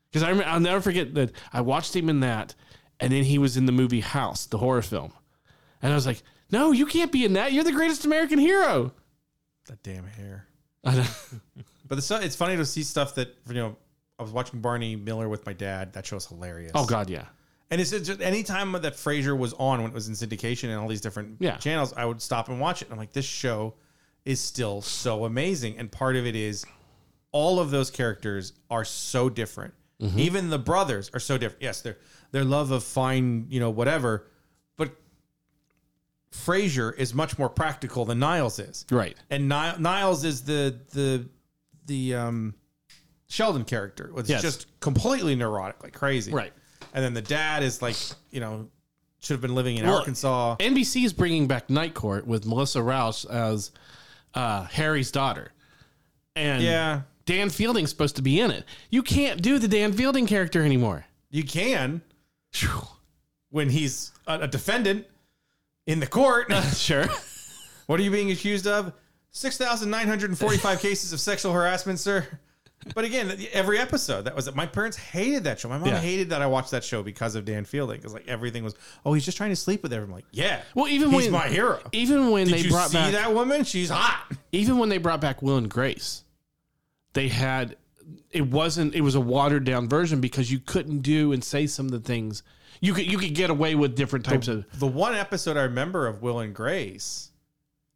A: Because I remember, I'll never forget that I watched him in that, and then he was in the movie House, the horror film, and I was like, "No, you can't be in that. You're the greatest American hero." Oh
C: That damn hair.
A: I know.
C: But the stuff, it's funny to see stuff that you know. I was watching Barney Miller with my dad. That show's hilarious.
A: Oh God, yeah.
C: And it's just any time that Frasier was on when it was in syndication and all these different
A: Yeah.
C: channels, I would stop and watch it. And I'm like, this show is still so amazing. And part of it is all of those characters are so different.
A: Mm-hmm.
C: Even the brothers are so different. Yes, their their love of fine, you know, whatever. But Frasier is much more practical than Niles is.
A: Right.
C: And Ni- Niles is the the the um Sheldon character. It's
A: Yes.
C: just completely neurotic, like crazy.
A: Right.
C: And then the dad is like, you know, should have been living in
A: Well,
C: Arkansas.
A: NBC is bringing back Night Court with Melissa Rouse as uh, Harry's daughter, and
C: yeah,
A: Dan Fielding's supposed to be in it. You can't do the Dan Fielding character anymore.
C: you can
A: Phew.
C: when he's a, a defendant in the court.
A: sure.
C: what are you being accused of? Six thousand nine hundred and forty-five cases of sexual harassment, sir. But again, every episode that was it. My parents hated that show. My mom
A: Yeah.
C: hated that I watched that show because of Dan Fielding. Because like everything was, oh, he's just trying to sleep with everyone. I'm like, yeah,
A: Well, even
C: he's
A: when
C: my hero.
A: even when
C: Did
A: they
C: you
A: brought
C: see
A: back
C: that woman? She's hot.
A: even when they brought back Will and Grace, they had it wasn't it was a watered down version because you couldn't do and say some of the things you could you could get away with different types of
C: the one episode I remember of Will and Grace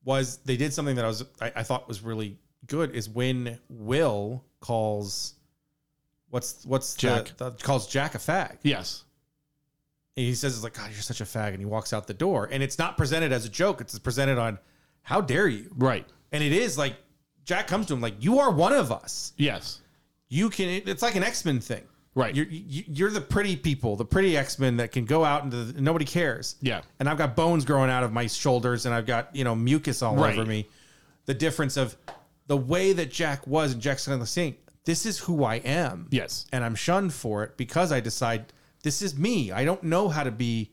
C: was they did something that I was I, I thought was really good is when Will calls what's what's the-
A: Jack.
C: the, calls Jack a fag.
A: yes
C: And he says it's like God, you're such a fag, and he walks out the door. And it's not presented as a joke; it's presented on how dare you.
A: right
C: And it is like Jack comes to him like you are one of us.
A: yes
C: You can. It's like an X Men thing.
A: right
C: You're you- you're the pretty people, the pretty X Men that can go out into the, nobody cares
A: yeah
C: and I've got bones growing out of my shoulders and I've got, you know, mucus all
A: Right.
C: over me. The difference of the way that Jack was and Jack's kind of saying, this is who I am.
A: yes
C: And I'm shunned for it because I decide this is me. I don't know how to be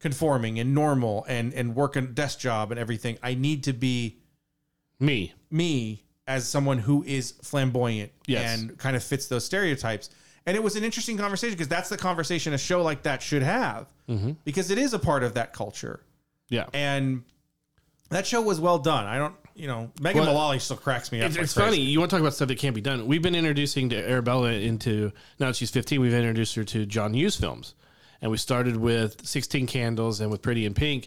C: conforming and normal and and work a desk job and everything. I need to be
A: me
C: me as someone who is flamboyant
A: Yes.
C: and kind of fits those stereotypes. And it was an interesting conversation because that's the conversation a show like that should have
A: Mm-hmm.
C: because it is a part of that culture
A: yeah
C: and that show was well done. I don't, you know, Megan
A: Well,
C: Mullally still cracks me up.
A: It's,
C: like
A: it's
C: crazy.
A: funny. You want to talk about stuff that can't be done. We've been introducing to Arabella into now that she's 15. We've introduced her to John Hughes films, and we started with 16 Candles and with Pretty in Pink.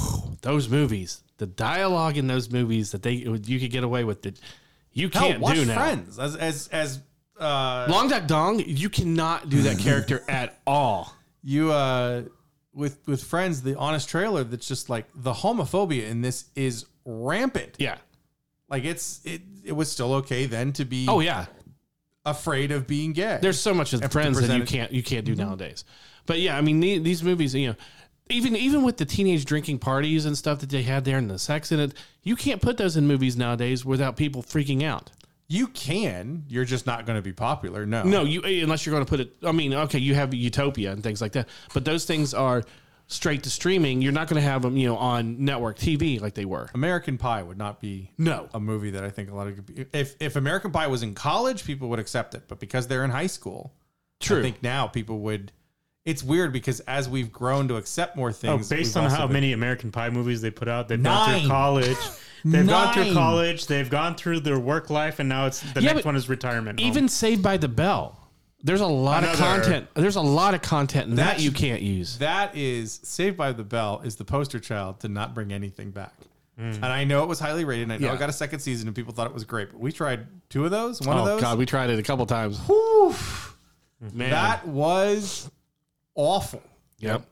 A: Whew, those movies, the dialogue in those movies that they you could get away with it, you
C: Hell,
A: can't
C: watch
A: do now.
C: Friends as as as uh,
A: Long Duck Dong, you cannot do that character at all.
C: you uh, with with Friends, the honest trailer that's just like the homophobia in this is rampant.
A: Yeah.
C: Like it's it it was still okay then to be
A: Oh yeah.
C: afraid of being gay.
A: There's so much of friends that you
C: percentage. Mm-hmm.
A: can't you can't do nowadays. But yeah, I mean the, these movies, you know, even even with the teenage drinking parties and stuff that they had there and the sex in it, you can't put those in movies nowadays without people freaking out.
C: you can, you're just not going to be popular. No,
A: No, you eh, unless you're going to put it. I mean, okay, you have Utopia and things like that, but those things are straight to streaming. You're not going to have them, you know, on network TV like they were.
C: American Pie would not be
A: No,
C: a movie that I think a lot of if if American Pie was in college, people would accept it, but because they're in high school, I
A: true.
C: think now people would. It's weird because as we've grown to accept more
B: Oh,
C: things,
B: based
C: we've
B: on
C: also
B: how
C: been-
B: many American Pie movies they put out, they've gone
C: Nine.
B: through college. They've gone through
C: Nine.
B: college. They've gone through their work life, and now it's the
A: Yeah,
B: next
A: but
B: one is
C: Um,
B: retirement. home.
A: even Saved by the Bell. There's a lot of
B: Another-
A: content. There's a lot of content in that
C: That's-
A: you can't use.
C: that is Saved by the Bell is the poster child to not bring anything back. And I know it was highly rated. And I know
A: Mm. Yeah.
C: it got a second season, and people thought it was great. But we tried two of those, one of
A: Oh
C: those.
A: God, we tried it a couple times.
C: Oof.
A: Man,
C: that was awful,
A: yep.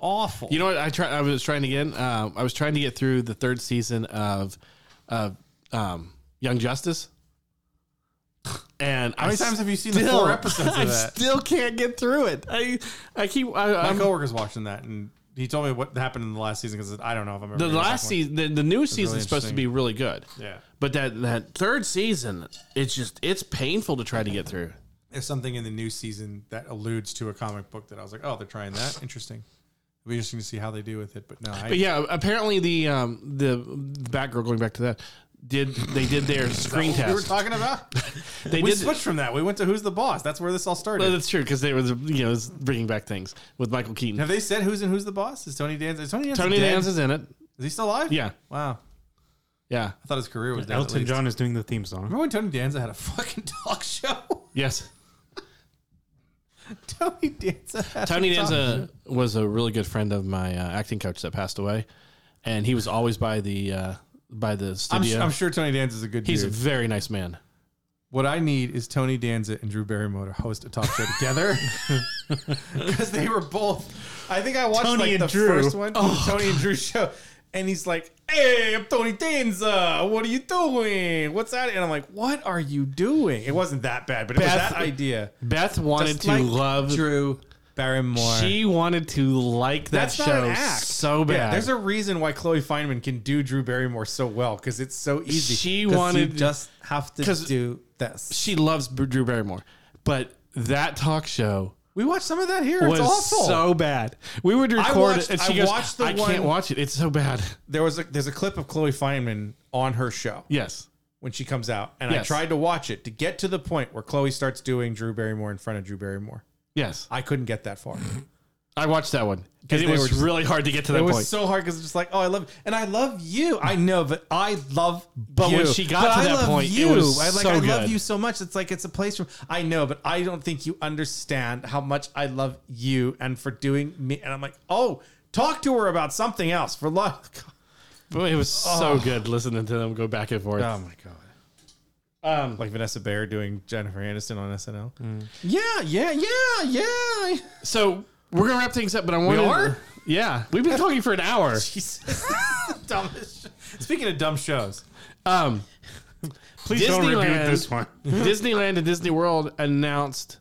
C: awful.
A: You know what? I try. I was trying again. Um, I was trying to get through the third season of, of um, Young Justice. And
C: How many times have you seen the four episodes of
A: I
C: that?
A: still can't get through it. I I keep. I,
C: My
A: I'm,
C: coworker's watching that, and he told me what happened in the last season because I don't know if I'm ever
A: the
C: gonna watch
A: last
C: one.
A: season, the, the new season is supposed to
C: interesting.
A: be really good.
C: Yeah,
A: But that that third season, it's just it's painful to try to get through.
C: there's something in the new season that alludes to a comic book that I was like, oh, they're trying that. Interesting. It'll be interesting to see how they do with it. But no, I,
A: But yeah, apparently the um the, the Batgirl going back to that did they did their screen
C: we were
A: test?
C: talking about.
A: They
C: we
A: did
C: switched from that. We went to Who's the Boss. That's where this all started.
A: Well, that's true because they were you know bringing back things with Michael Keaton.
C: Have they said who's in Who's the Boss? Is Tony Danza? Is Tony Danza
A: Tony
C: dead?
A: Danza's in it.
C: Is he still alive?
A: Yeah,
C: Wow.
A: yeah,
C: I thought his career was down.
B: Elton John is doing the theme song.
C: Remember when Tony Danza had a fucking talk show?
A: yes.
C: Tony Danza. Had
A: Tony
C: a talk
A: Danza was a really good friend of my uh, acting coach that passed away, and he was always by the uh, by the
C: I'm,
A: studio.
C: su- I'm sure Tony Danza's a good
A: He's a
C: dude.
A: very nice man.
C: what I need is Tony Danza and Drew Barrymore to host a talk show together because they were both. I think I watched
B: Tony
C: like
B: and
C: the
B: Drew.
C: first one, the Tony and Drew show, and he's like, "Hey, I'm Tony Danza. What are you doing? What's that?" And I'm like, "What are you doing?" It wasn't that bad, but it
A: Beth-
C: was that idea.
A: Beth wanted
C: Just
A: to
C: like
A: love.
C: Drew Barrymore.
A: She wanted to like that
C: That's not
A: show
C: an act.
A: so bad.
C: Yeah, there's a reason why Chloe Feynman can do Drew Barrymore so well because it's so easy.
A: She
C: 'Cause you
A: wanted-
C: just have to
A: 'cause-
C: do this.
A: she loves B- Drew Barrymore, but that talk show
C: We watched some of that here.
A: was
C: it's awful.
A: so bad. We would record
C: watched-
A: it, and she
C: I
A: goes,
C: watched the
A: "I
C: one-
A: can't watch it. It's so bad."
C: there was a, there's a clip of Chloe Feynman on her show
A: Yes.
C: when she comes out, and I
A: Yes.
C: tried to watch it to get to the point where Chloe starts doing Drew Barrymore in front of Drew Barrymore.
A: Yes,
C: I couldn't get that far.
A: I watched that one because it
C: they
A: was
C: were just-
A: really hard to get to that
C: It
A: point.
C: was so hard because it's just like, oh, I love, and I love you. I know, but I love. But
A: when she got to
C: I
A: that
C: love
A: point, it
C: you.
A: was
C: I, like,
A: so
C: I
A: good.
C: love you so much. It's like it's a place from. I know, but I don't think you understand how much I love you and for doing me. And I'm like, oh, talk to her about something else for love.
A: But it was so good listening to them go back and forth.
C: Oh my god. Um, like Vanessa Bayer doing Jennifer Aniston on SNL.
A: Mm.
C: Yeah, yeah, yeah, yeah.
A: So we're gonna wrap things up, but I wanted.
C: are?
A: Yeah, we've been talking for an hour.
C: Jesus, dumbest. Show. Speaking of dumb shows,
A: Um,
B: Please don't
A: Disneyland.
B: reboot this one.
A: Disneyland and Disney World announced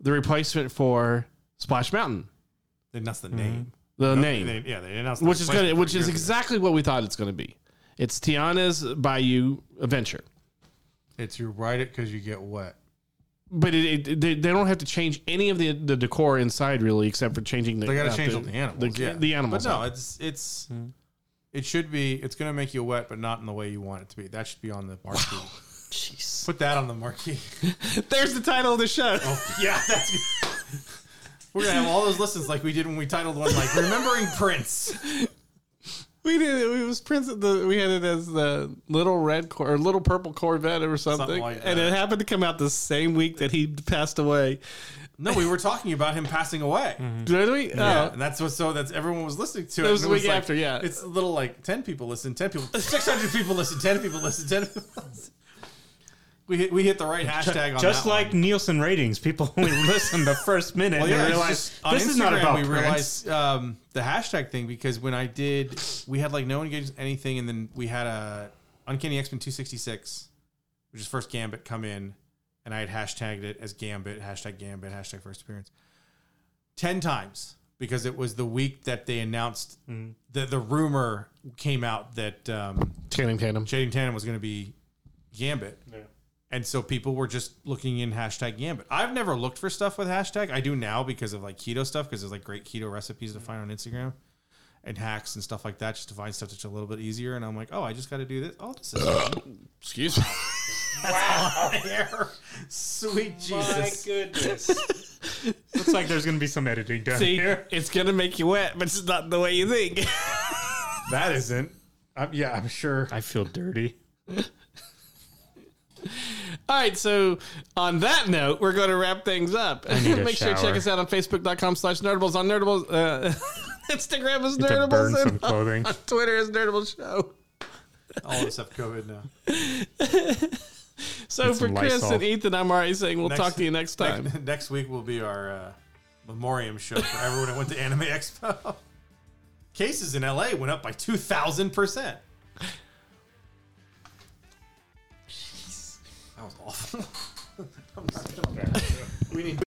A: the replacement for Splash Mountain,
C: and that's the name.
A: the name,
C: They- yeah, they announced
A: Mm-hmm. which
C: the
A: is gonna,
C: replacement
A: which
C: for
A: is
C: years ago.
A: exactly what we thought it's gonna be. It's Tiana's Bayou Adventure,
C: It's you ride it because you get wet.
A: but it, it, they, they don't have to change any of the, the decor inside really, except for changing the.
C: They got
A: uh,
C: to change all the animals.
A: The,
C: yeah.
A: the animals. Mm.
C: But no, it's it's it should be. It's going to make you wet, but not in the way you want it to be. That should be on the marquee.
B: Jeez.
C: Put that on the marquee.
A: There's the title of the show.
C: yeah, that's. Good. We're gonna have all those listens like we did when we titled one like "Remembering Prince."
A: We did. It It was Prince. of The, we had it as the little red cor- or little purple Corvette or something,
C: Something like
A: and
C: that.
A: it happened to come out the same week that he passed away.
C: No, we were talking about him passing away.
B: Mm-hmm.
A: Did we?
C: Yeah,
A: Oh.
C: and that's what. So that's everyone was listening to it.
A: That was
C: and
A: the
C: it
A: week
C: like-
A: after, yeah.
C: it's a little like ten people listen, ten people, six hundred people listen, ten people listen, ten people. Listen. We hit, we hit the right hashtag on
B: Just
C: that
B: like
C: one.
B: Nielsen ratings, people only listen the first minute
C: Well,
B: and
C: yeah, it's
B: realize
C: just- on
B: this is not
C: Instagram,
B: about
C: we
B: Prince.
C: realized um, the hashtag thing because when I did, we had like no one engaged in anything, and then we had a Uncanny X Men two sixty six, which is first Gambit come in, and I had hashtagged it as Gambit hashtag Gambit hashtag first appearance. 10 times because it was the week that they announced the the rumor came out that um,
A: Tandem, tandem.
C: Channing Tatum was going to be Gambit. And so people were just looking in hashtag Gambit. I've never looked for stuff with hashtag. I do now because of like keto stuff because there's like great keto recipes to find on Instagram and hacks and stuff like that just to find stuff that's a little bit easier. And I'm like, oh, I just got to do this. Oh, this is
A: Excuse me.
C: sweet Jesus.
B: goodness. Looks like there's going to be some editing done
A: See,
B: here.
A: it's gonna make you wet, but it's not the way you think.
C: That isn't. I'm, yeah, I'm sure.
B: I feel dirty.
A: All right, so on that note, we're going to wrap things up.
B: need a
A: Make sure to check
B: shower.
A: us out on Facebook.com slash Nerdables, on Nerdables, uh, Instagram is
B: To burn
A: Nerdables,
B: some
A: and on
B: clothing.
A: Twitter is Nerdables Show.
C: All of us have COVID now.
A: So
B: Get
A: for
B: some
A: Chris
B: Lysol.
A: and Ethan, I'm already saying we'll
C: Next-
A: talk to you next time.
C: Next, next week will be our uh, memoriam show for everyone that went to Anime Expo. Cases in LA went up by 2,000%. That was awful. I'm not gonna- we need